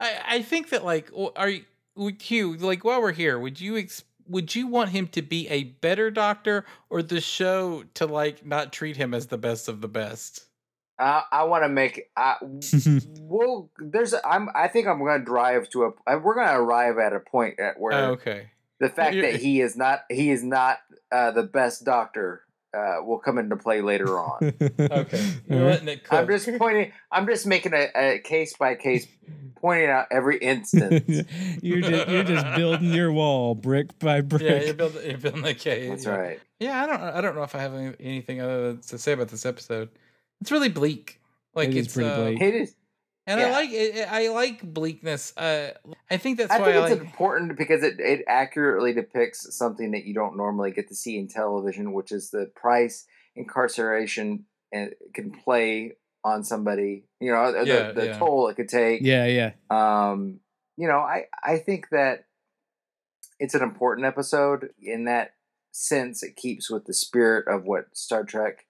Speaker 5: I, I i think that like w- are you would you like while we're here would you ex- would you want him to be a better doctor or the show to like not treat him as the best of the best
Speaker 4: I, I want to make.
Speaker 3: [laughs]
Speaker 4: I, we'll there's. I'm. I think I'm going to drive to a. I- We're going to arrive at a point at where
Speaker 5: oh,
Speaker 4: [laughs]
Speaker 5: okay
Speaker 4: the fact
Speaker 5: you're-
Speaker 4: that he is not. He is not uh, the best doctor. Uh, will come into play later on.
Speaker 5: okay
Speaker 3: All
Speaker 5: you're
Speaker 4: [laughs]
Speaker 3: right.
Speaker 5: letting it cook.
Speaker 3: [laughs]
Speaker 4: I'm just pointing. I'm just making a, a case by case, pointing out every
Speaker 5: [laughs]
Speaker 4: instance.
Speaker 3: [laughs] you're just you're just building your wall brick by
Speaker 5: [laughs] yeah
Speaker 4: [laughs]
Speaker 5: you're
Speaker 3: brick.
Speaker 5: building, you're building the case
Speaker 4: That's
Speaker 5: yeah.
Speaker 4: right.
Speaker 5: yeah i don't i don't know if i have any, anything other than to say about this episode it's really bleak like
Speaker 3: It is
Speaker 5: it's
Speaker 3: pretty
Speaker 5: uh,
Speaker 3: bleak.
Speaker 4: It is.
Speaker 5: and i
Speaker 4: Yeah.
Speaker 5: like it, i like bleakness uh i think that's
Speaker 4: I
Speaker 5: why
Speaker 4: think
Speaker 5: i
Speaker 4: it's
Speaker 5: like
Speaker 4: important because it, it accurately depicts something that you don't normally get to see in television, which is the price incarceration and can play on somebody. You know, the,
Speaker 5: Yeah,
Speaker 4: the
Speaker 5: yeah.
Speaker 4: toll it could take.
Speaker 3: Yeah, yeah.
Speaker 4: um you know i i think that it's an important episode in that sense it keeps with the spirit of what star trek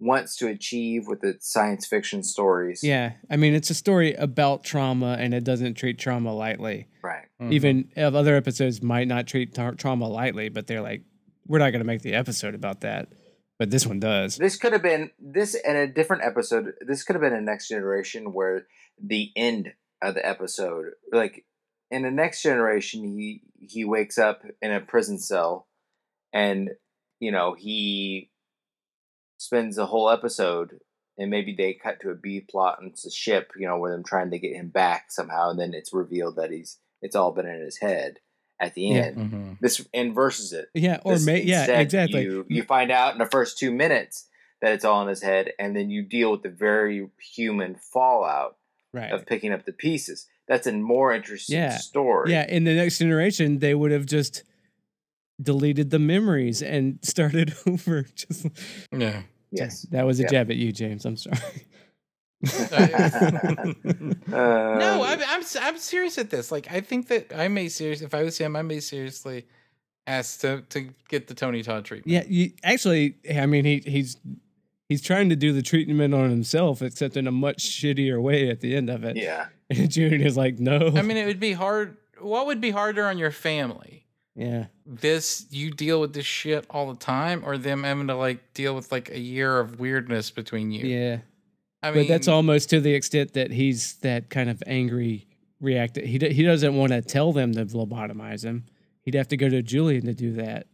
Speaker 4: wants to achieve with its science fiction stories
Speaker 3: Yeah, I mean, it's a story about trauma, and it doesn't treat trauma lightly.
Speaker 4: right
Speaker 5: Mhm.
Speaker 3: Even if other episodes might not treat tra- trauma lightly, but they're like, we're not going to make the episode about that, but this one does.
Speaker 4: this could have been this in a different episode this could have been a next generation where the end of the episode like in the next generation he he wakes up in a prison cell and you know he spends the whole episode and maybe they cut to a b plot and it's a ship you know with them trying to get him back somehow and then it's revealed that he's it's all been in his head at the
Speaker 3: Yeah.
Speaker 4: end
Speaker 5: Mhm.
Speaker 4: this and versus it
Speaker 3: Yeah, or
Speaker 4: this
Speaker 3: may, yeah,
Speaker 4: instead,
Speaker 3: exactly.
Speaker 4: You, you find out in the first two minutes that it's all in his head, and then you deal with the very human fallout
Speaker 3: right.
Speaker 4: of picking up the pieces. That's a more interesting
Speaker 3: Yeah.
Speaker 4: story.
Speaker 3: Yeah, in the next generation, they would have just deleted the memories and [laughs] started over. Just
Speaker 5: [laughs] yeah
Speaker 4: Yes.
Speaker 3: that was a
Speaker 4: Yep.
Speaker 3: jab at you, James. I'm
Speaker 4: [laughs]
Speaker 3: sorry. [laughs]
Speaker 4: Uh,
Speaker 3: Um,
Speaker 5: No, I'm, I'm s- I'm serious at this. Like, I think that I may serious if I was him, I may seriously ask to to get the Tony Todd treatment.
Speaker 3: yeah, you, actually, I mean, he he's he's trying to do the treatment on himself, except in a much shittier way at the end of it.
Speaker 4: yeah.
Speaker 3: [laughs] And June is like, no.
Speaker 5: I mean, it would be hard. What would be harder on your family?
Speaker 3: [laughs] yeah,
Speaker 5: This you deal with this shit all the time, or them having to like deal with like a year of weirdness between you.
Speaker 3: yeah.
Speaker 5: I mean,
Speaker 3: but that's almost to the extent that he's that kind of angry reactive. He d- he doesn't want to tell them to lobotomize him. He'd have to go to Julian to do that.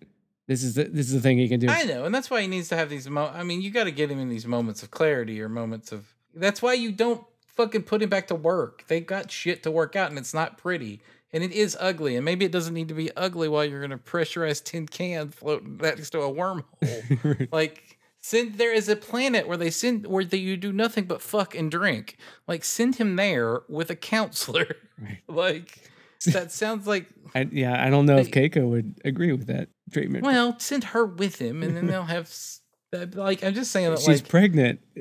Speaker 3: This is the, this is the thing he can do.
Speaker 5: I know, and that's why he needs to have these. Mo- I mean, you got to get him in these moments of clarity or moments of. That's why you don't fucking put him back to work. They've got shit to work out, and it's not pretty, and it is ugly, and maybe it doesn't need to be ugly while you're in a pressurized tin can floating next to a wormhole.
Speaker 3: [laughs]
Speaker 5: like, send there is a planet where they send where they, you do nothing but fuck and drink. Like, send him there with a counselor.
Speaker 3: Right.
Speaker 5: [laughs] like, that sounds like
Speaker 3: I, yeah, I don't know if
Speaker 5: Hey.
Speaker 3: Keiko would agree with that treatment.
Speaker 5: Well, send her with him, and then they'll have. s- that- Like I'm just saying that
Speaker 3: She's
Speaker 5: like
Speaker 3: pregnant. [laughs]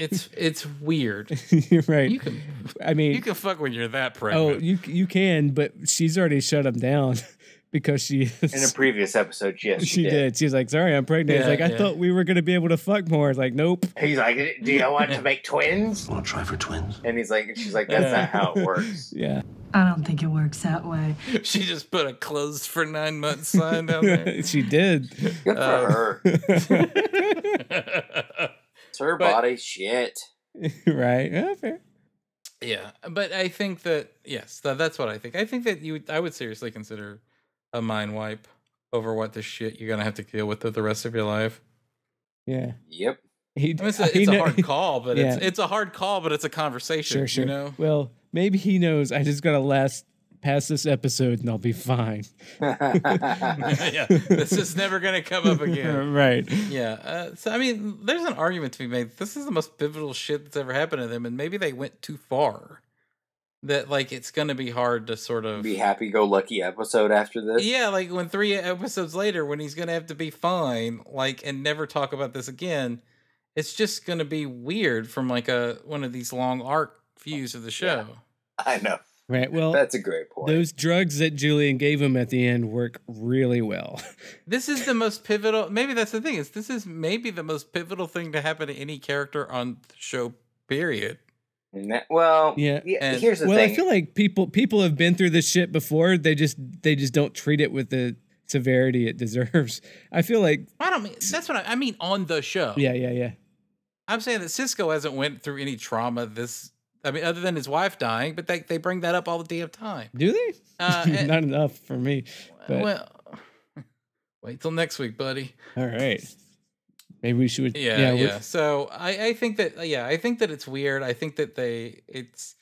Speaker 5: it's it's weird.
Speaker 3: You're right.
Speaker 5: You can
Speaker 3: I mean,
Speaker 5: you can fuck when you're that
Speaker 3: oh,
Speaker 5: pregnant. [laughs]
Speaker 3: you you can, but she's already shut him down [laughs] because she is. [laughs]
Speaker 4: In a previous episode, yes,
Speaker 3: she did. She's like, sorry, I'm pregnant.
Speaker 5: Yeah,
Speaker 3: it's like, I
Speaker 5: yeah.
Speaker 3: thought we were gonna be able to fuck more. It's like, nope.
Speaker 4: He's like, "Do
Speaker 3: [laughs]
Speaker 4: you want to make twins?"
Speaker 2: Want to try for twins?
Speaker 4: And he's like, "She's like, that's not
Speaker 3: [laughs]
Speaker 4: how it works."
Speaker 3: Yeah.
Speaker 6: I don't think it works that way.
Speaker 5: She just put a closed for nine months
Speaker 3: [laughs]
Speaker 5: sign down there.
Speaker 3: she did.
Speaker 4: Good
Speaker 5: [laughs]
Speaker 4: for
Speaker 3: Um, [laughs]
Speaker 4: her. It's her
Speaker 5: but-
Speaker 4: body. Shit.
Speaker 3: right. Yeah, fair.
Speaker 5: [laughs] Yeah, but I think that yes, tha- that's what I think. I think that you, would- I would seriously consider a mind wipe over what the shit you're gonna have to deal with for the rest of your life.
Speaker 3: Yeah.
Speaker 4: Yep. [laughs]
Speaker 3: He,
Speaker 5: I mean, [laughs] it's a,
Speaker 3: he
Speaker 5: it's a
Speaker 3: kno-
Speaker 5: hard call, but it's
Speaker 3: Yeah.
Speaker 5: it's a hard call, but it's a conversation.
Speaker 3: [laughs] Sure, sure.
Speaker 5: You know,
Speaker 3: Well, maybe he knows I just gotta last past this episode and I'll be fine.
Speaker 5: [laughs] yeah, this is never gonna come up [laughs]
Speaker 3: [laughs]
Speaker 5: again.
Speaker 3: right.
Speaker 5: Yeah, uh, so I mean, there's an argument to be made. that This is the most pivotal shit that's ever happened to them, and maybe they went too far. That like it's gonna be hard to sort of
Speaker 4: Be happy go lucky episode after this.
Speaker 5: Yeah, like when three episodes later, when he's gonna have to be fine, like and never talk about this again, it's just gonna be weird from like a one of these long arc views of the show.
Speaker 4: I know.
Speaker 3: Right. Well,
Speaker 4: That's a great point.
Speaker 3: those drugs that Julian gave him at the end work really well.
Speaker 5: This is the most pivotal. Maybe that's the thing is this is maybe the most pivotal thing to happen to any character on the show. Period.
Speaker 4: Ne- well,
Speaker 3: Yeah.
Speaker 4: yeah.
Speaker 5: And-
Speaker 4: here's the
Speaker 3: well,
Speaker 4: thing.
Speaker 3: I feel like people people have been through this shit before. They just they just don't treat it with the severity it deserves. I feel like
Speaker 5: I don't mean that's what I, I mean on the show.
Speaker 3: yeah, yeah, yeah.
Speaker 5: I'm saying that Cisco hasn't went through any trauma. This I mean, other than his wife dying, but they they bring that up all the
Speaker 3: [laughs]
Speaker 5: damn time.
Speaker 3: Do they?
Speaker 5: Uh, and-
Speaker 3: Not enough for me. But
Speaker 5: Well, [laughs] wait till next week, buddy.
Speaker 3: all right. Maybe we should
Speaker 5: Yeah, yeah.
Speaker 3: yeah, we-
Speaker 5: So I, I think that uh, yeah, I think that it's weird. I think that they it's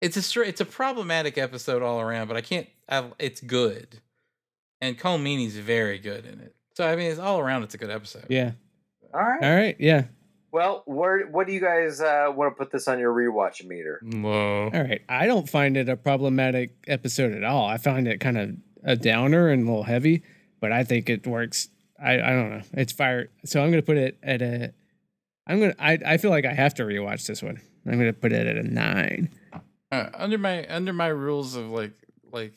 Speaker 5: it's a str- it's a problematic episode all around. But I can't. I, it's good, and Cole Meany's very good in it. So I mean, it's all around. It's a good episode.
Speaker 3: yeah.
Speaker 4: All right.
Speaker 3: All right. Yeah.
Speaker 4: Well, where what do you guys uh, want to put this on your rewatch meter?
Speaker 5: Whoa.
Speaker 3: All right. I don't find it a problematic episode at all. I find it kind of a downer and a little heavy, but I think it works. I, I don't know. It's fire. So I'm going to put it at a. I'm going to. I I feel like I have to rewatch this one. I'm going to put it at a nine.
Speaker 5: Uh, under my under my rules of like like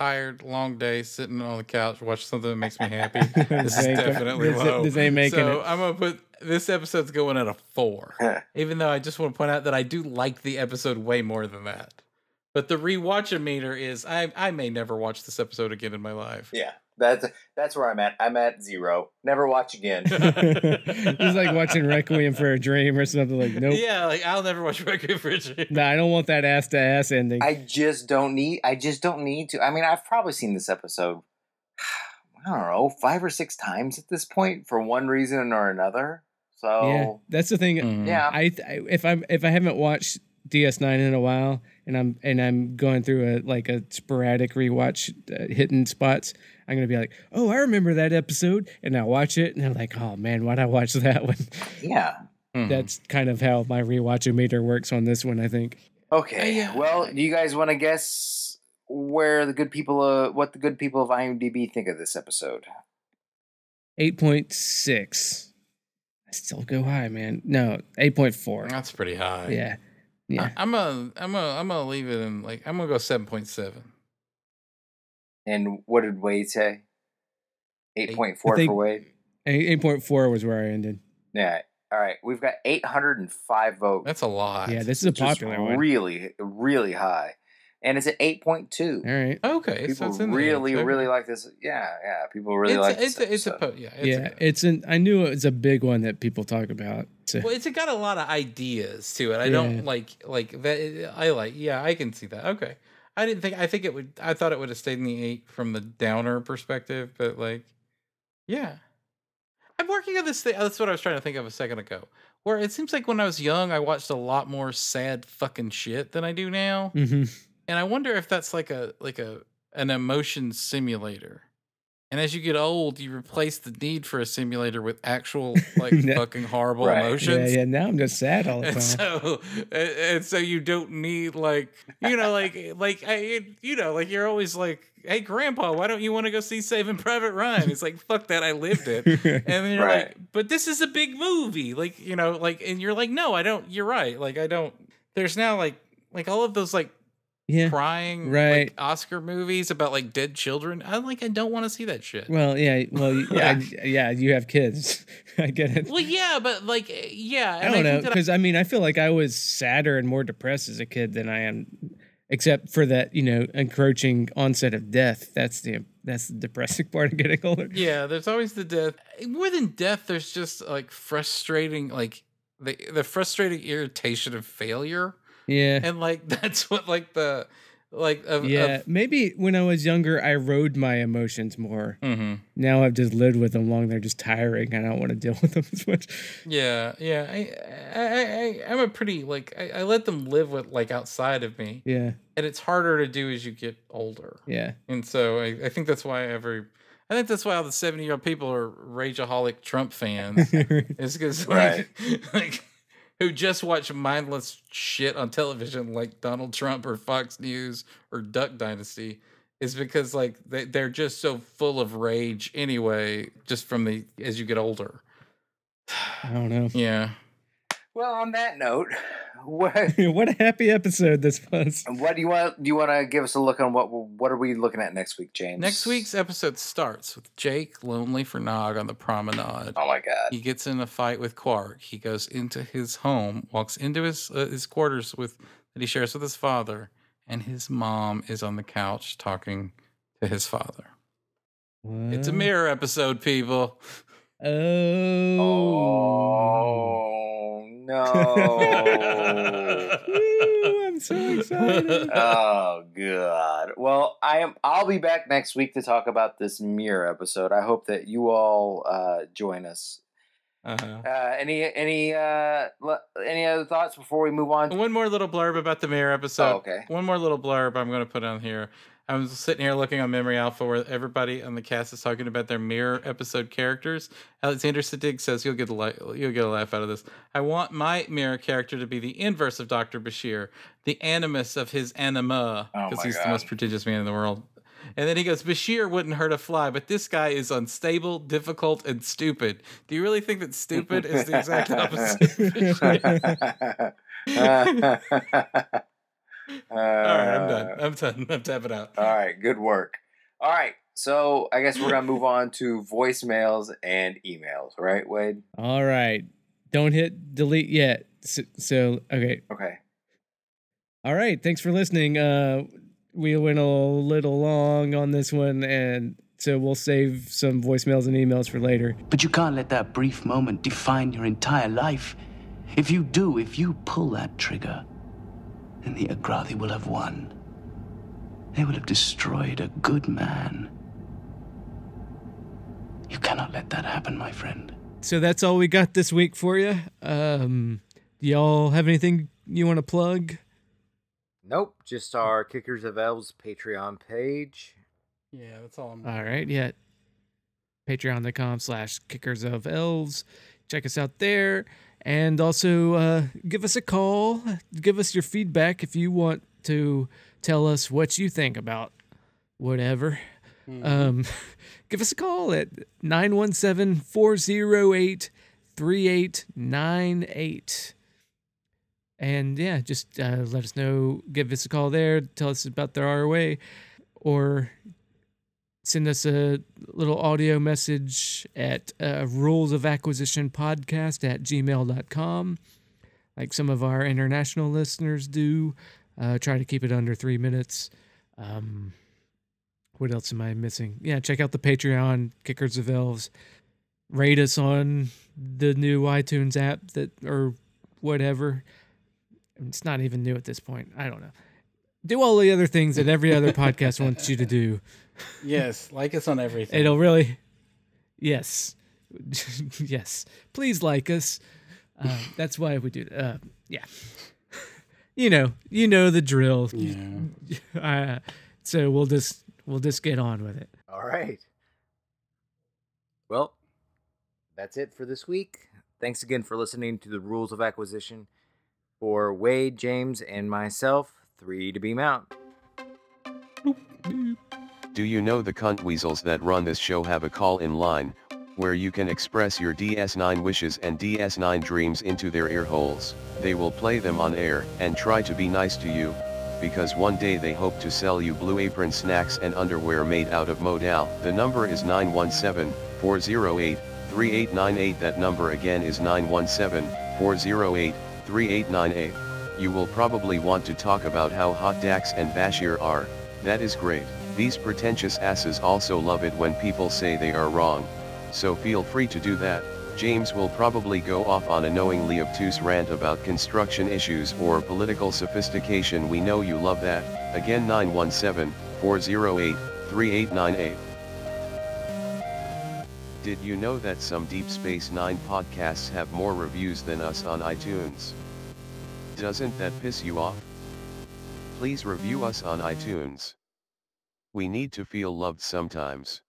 Speaker 5: tired long day sitting on the couch watch something that makes
Speaker 3: [laughs]
Speaker 5: me happy [laughs] this is
Speaker 3: This ain't go-
Speaker 5: definitely
Speaker 3: this-
Speaker 5: low
Speaker 3: this ain't making
Speaker 5: so
Speaker 3: it. [laughs]
Speaker 5: i'm gonna put this episode's going at a four even though i just want to point out that i do like the episode way more than that but the rewatch meter is i i may never watch this episode again in my life
Speaker 4: yeah, that's that's where I'm at. I'm at zero. Never watch again.
Speaker 3: it's like watching Requiem for a Dream or something like. Nope.
Speaker 5: [laughs] yeah like i'll never watch [laughs] record for a Dream.
Speaker 3: No, I don't want that ass to ass ending.
Speaker 4: I just don't need. I just don't need to. I mean, I've probably seen this episode. [sighs] I don't know, five or six times at this point for one reason or another.
Speaker 3: yeah,
Speaker 4: So
Speaker 3: that's the thing.
Speaker 5: Mhm.
Speaker 4: yeah,
Speaker 3: I, th- I if I'm if I haven't watched DS9 in a while and I'm and I'm going through a like a sporadic rewatch uh, hitting spots, I'm gonna be like, oh, I remember that episode, and I watch it, and I'm like, oh man, why'd I watch [laughs] that one?
Speaker 4: yeah.
Speaker 5: Mhm.
Speaker 3: That's kind of how my rewatch meter works on this one, I think.
Speaker 4: Okay.
Speaker 5: Uh, yeah.
Speaker 4: Well, do you guys want to guess where the good people, uh, what the good people of IMDb think of this episode?
Speaker 3: Eight point six. I still go high, man. No, eight point four.
Speaker 5: that's pretty high
Speaker 3: Yeah, yeah.
Speaker 5: I- i'm gonna i'm gonna i'm gonna leave it in like i'm gonna go 7.7
Speaker 4: And what did Wade say? Eight point
Speaker 3: I
Speaker 4: four
Speaker 3: think-
Speaker 4: for Wade.
Speaker 3: Eight point four was where I ended.
Speaker 4: Yeah. All right. We've got eight hundred and five votes.
Speaker 5: that's a lot
Speaker 3: Yeah, this is a
Speaker 4: which is
Speaker 3: popular one.
Speaker 4: Really, really high, and it's at eight point two.
Speaker 3: All right.
Speaker 5: Okay, so
Speaker 4: People
Speaker 5: it's in the
Speaker 4: really,
Speaker 5: answer.
Speaker 4: really like this. Yeah, yeah. People really
Speaker 5: it's
Speaker 4: like
Speaker 5: a, it's
Speaker 4: this
Speaker 5: a, it's a
Speaker 4: episode.
Speaker 5: po- yeah, it's
Speaker 3: yeah,
Speaker 5: A, good-
Speaker 3: it's an. I knew it was a big one that people talk about. So. [laughs]
Speaker 5: well, it's got a lot of ideas to it. I
Speaker 3: Yeah.
Speaker 5: don't like like that. I like yeah, I can see that. Okay, I didn't think I think it would. I thought it would have stayed in the eight from the downer perspective, but like, yeah, I'm working on this thing. That's what I was trying to think of a second ago. Where it seems like when I was young, I watched a lot more sad fucking shit than I do now.
Speaker 3: Mhm.
Speaker 5: and I wonder if that's like a like a an emotion simulator. And as you get old, you replace the need for a simulator with
Speaker 3: [laughs]
Speaker 5: actual like
Speaker 3: Yeah.
Speaker 5: fucking horrible
Speaker 4: Right.
Speaker 3: Yeah,
Speaker 5: emotions.
Speaker 3: yeah. Now I'm just sad all the
Speaker 5: [laughs] And
Speaker 3: time.
Speaker 5: so, and- and so you don't need like you know like eh, like I you know like you're always like, hey grandpa, why don't you want to go see Saving Private Ryan? It's like fuck that, I
Speaker 3: [laughs]
Speaker 5: lived it. And then you're
Speaker 4: Right.
Speaker 5: like, but this is a big movie. Like, you know, like, and you're like, no, I don't, you're right. Like, I don't, there's now like, like all of those like
Speaker 3: yeah.
Speaker 5: crying
Speaker 3: Right.
Speaker 5: like, Oscar movies about like dead children. I like I don't want to see that shit. Well,
Speaker 3: Well, yeah. Well, y-
Speaker 4: Yeah.
Speaker 3: I- yeah. You have kids. [laughs] I get it.
Speaker 5: yeah, but like eh, yeah,
Speaker 3: I
Speaker 5: and
Speaker 3: don't know
Speaker 5: think that
Speaker 3: because I mean I feel like I was sadder and more depressed as a kid than I am, except for that you know encroaching onset of death. That's the that's the depressing [laughs] part of getting older.
Speaker 5: yeah, there's always the death. More than death,
Speaker 3: [laughs]
Speaker 5: there's just like frustrating like the the frustrating irritation of failure.
Speaker 3: Yeah.
Speaker 5: and like that's what like the like of,
Speaker 3: Yeah. Maybe when I was younger, I rode my emotions more.
Speaker 5: hmm
Speaker 3: Now I've just lived with them long. They're just tiring. I don't want to deal with them as much.
Speaker 5: Yeah, yeah. I, I, I, I, I'm a pretty like I, I let them live with like outside of me,
Speaker 3: Yeah.
Speaker 5: and it's harder to do as you get older.
Speaker 3: [laughs] Yeah.
Speaker 5: And so I, I think that's why every, I think that's why all the seventy year old people are rageaholic
Speaker 3: [laughs]
Speaker 5: Trump fans. is because like, like [laughs] who just watch mindless shit on television like Donald Trump or Fox News or Duck Dynasty is because like they, they're just so full of rage anyway, just from the as you get older.
Speaker 3: I don't know. [laughs]
Speaker 5: Yeah.
Speaker 4: Well, on that note, [laughs] what
Speaker 3: what a happy episode this was.
Speaker 4: what do you want? Do you want to give us a look on what what are we looking at next week, James?
Speaker 5: Next week's episode starts with Jake lonely for Nog on the promenade.
Speaker 4: Oh my God!
Speaker 5: He gets in a fight with Quark. He goes into his home, walks into his uh, his quarters with that he shares with his father, and his mom is on the couch talking to his father. It's
Speaker 4: Mm.
Speaker 5: a
Speaker 3: Well,
Speaker 5: mirror episode, people.
Speaker 3: Oh.
Speaker 4: Oh
Speaker 5: [laughs]
Speaker 4: no!
Speaker 3: Woo, I'm so excited.
Speaker 4: oh god well i am i'll be back next week to talk about this mirror episode i hope that you all uh join us
Speaker 5: Uh-huh.
Speaker 4: uh any any uh le- any other thoughts before we move on
Speaker 5: One more little blurb about the mirror episode.
Speaker 4: Oh,
Speaker 5: [laughs]
Speaker 4: okay. [laughs]
Speaker 5: One more little blurb I'm going to put on here. I was sitting here looking on Memory Alpha where everybody on the cast is talking about their mirror episode characters. Alexander Siddig says you'll get a li- you'll get a laugh out of this. I want my mirror character to be the inverse of Dr. Bashir, the animus of his anima
Speaker 4: Oh
Speaker 5: because
Speaker 4: my
Speaker 5: he's the
Speaker 4: God.
Speaker 5: most prodigious man in the world. And then he goes, Bashir wouldn't hurt a fly, but this guy is unstable, difficult, and stupid. Do you really think that stupid is the
Speaker 4: [laughs]
Speaker 5: exact opposite? [laughs] of Bashir? All right, I'm done. I'm done. I'm tapping out.
Speaker 4: Uh, all right good work all right so i guess we're gonna move on to voicemails and emails right wade
Speaker 3: All right. Don't hit delete yet. So, so okay.
Speaker 4: okay
Speaker 3: All right. Thanks for listening. Uh, we went a little long on this one, and so we'll save some voicemails and emails for later.
Speaker 1: But you can't let that brief moment define your entire life. If you do, if you pull that trigger, then the Agrathi will have won. They will have destroyed a good man. You cannot let that happen, my friend.
Speaker 3: So that's all we got this week for you. Um, do y'all have anything you want to plug?
Speaker 7: Nope, just our Kickers of Elves Patreon page.
Speaker 5: Yeah, that's all I'm.
Speaker 3: All right. Yeah. Patreon.com slash kickers of elves. Check us out there. And also uh, give us a call. Give us your feedback if you want to tell us what you think about whatever. Um, [laughs] give us a call at 917 408 3898. And yeah, just uh, let us know. Give us a call there. Tell us about the ROA or send us a little audio message at uh, rules of acquisition podcast at gmail.com like some of our international listeners do uh, try to keep it under three minutes um, what else am i missing yeah check out the patreon kickers of elves rate us on the new itunes app that or whatever it's not even new at this point i don't know do all the other things that every other podcast wants you to do
Speaker 5: Yes, like us on everything.
Speaker 3: It'll really, yes, [laughs] yes. Please like us. Uh, that's why we do. Uh, yeah, [laughs] you know, you know the drill. [laughs] Uh, so we'll just we'll just get on with it.
Speaker 7: All right. Well, that's it for this week. Thanks again for listening to the Rules of Acquisition. For Wade, James, and myself, three to beam out.
Speaker 8: Do you know the cunt weasels that run this show have a call in line, where you can express your DS9 wishes and DS9 dreams into their ear holes? They will play them on air and try to be nice to you, because one day they hope to sell you blue apron snacks and underwear made out of modal. The number is 917 408 3898. That number again is 917 408 3898. You will probably want to talk about how hot Dax and Bashir are, that is great. These pretentious asses also love it when people say they are wrong, so feel free to do that. James will probably go off on a knowingly obtuse rant about construction issues or political sophistication. We know you love that. Again 917 408 3898. Did you know that some Deep Space Nine podcasts have more reviews than us on iTunes? Doesn't that piss you off? Please review us on iTunes. We need to feel loved sometimes.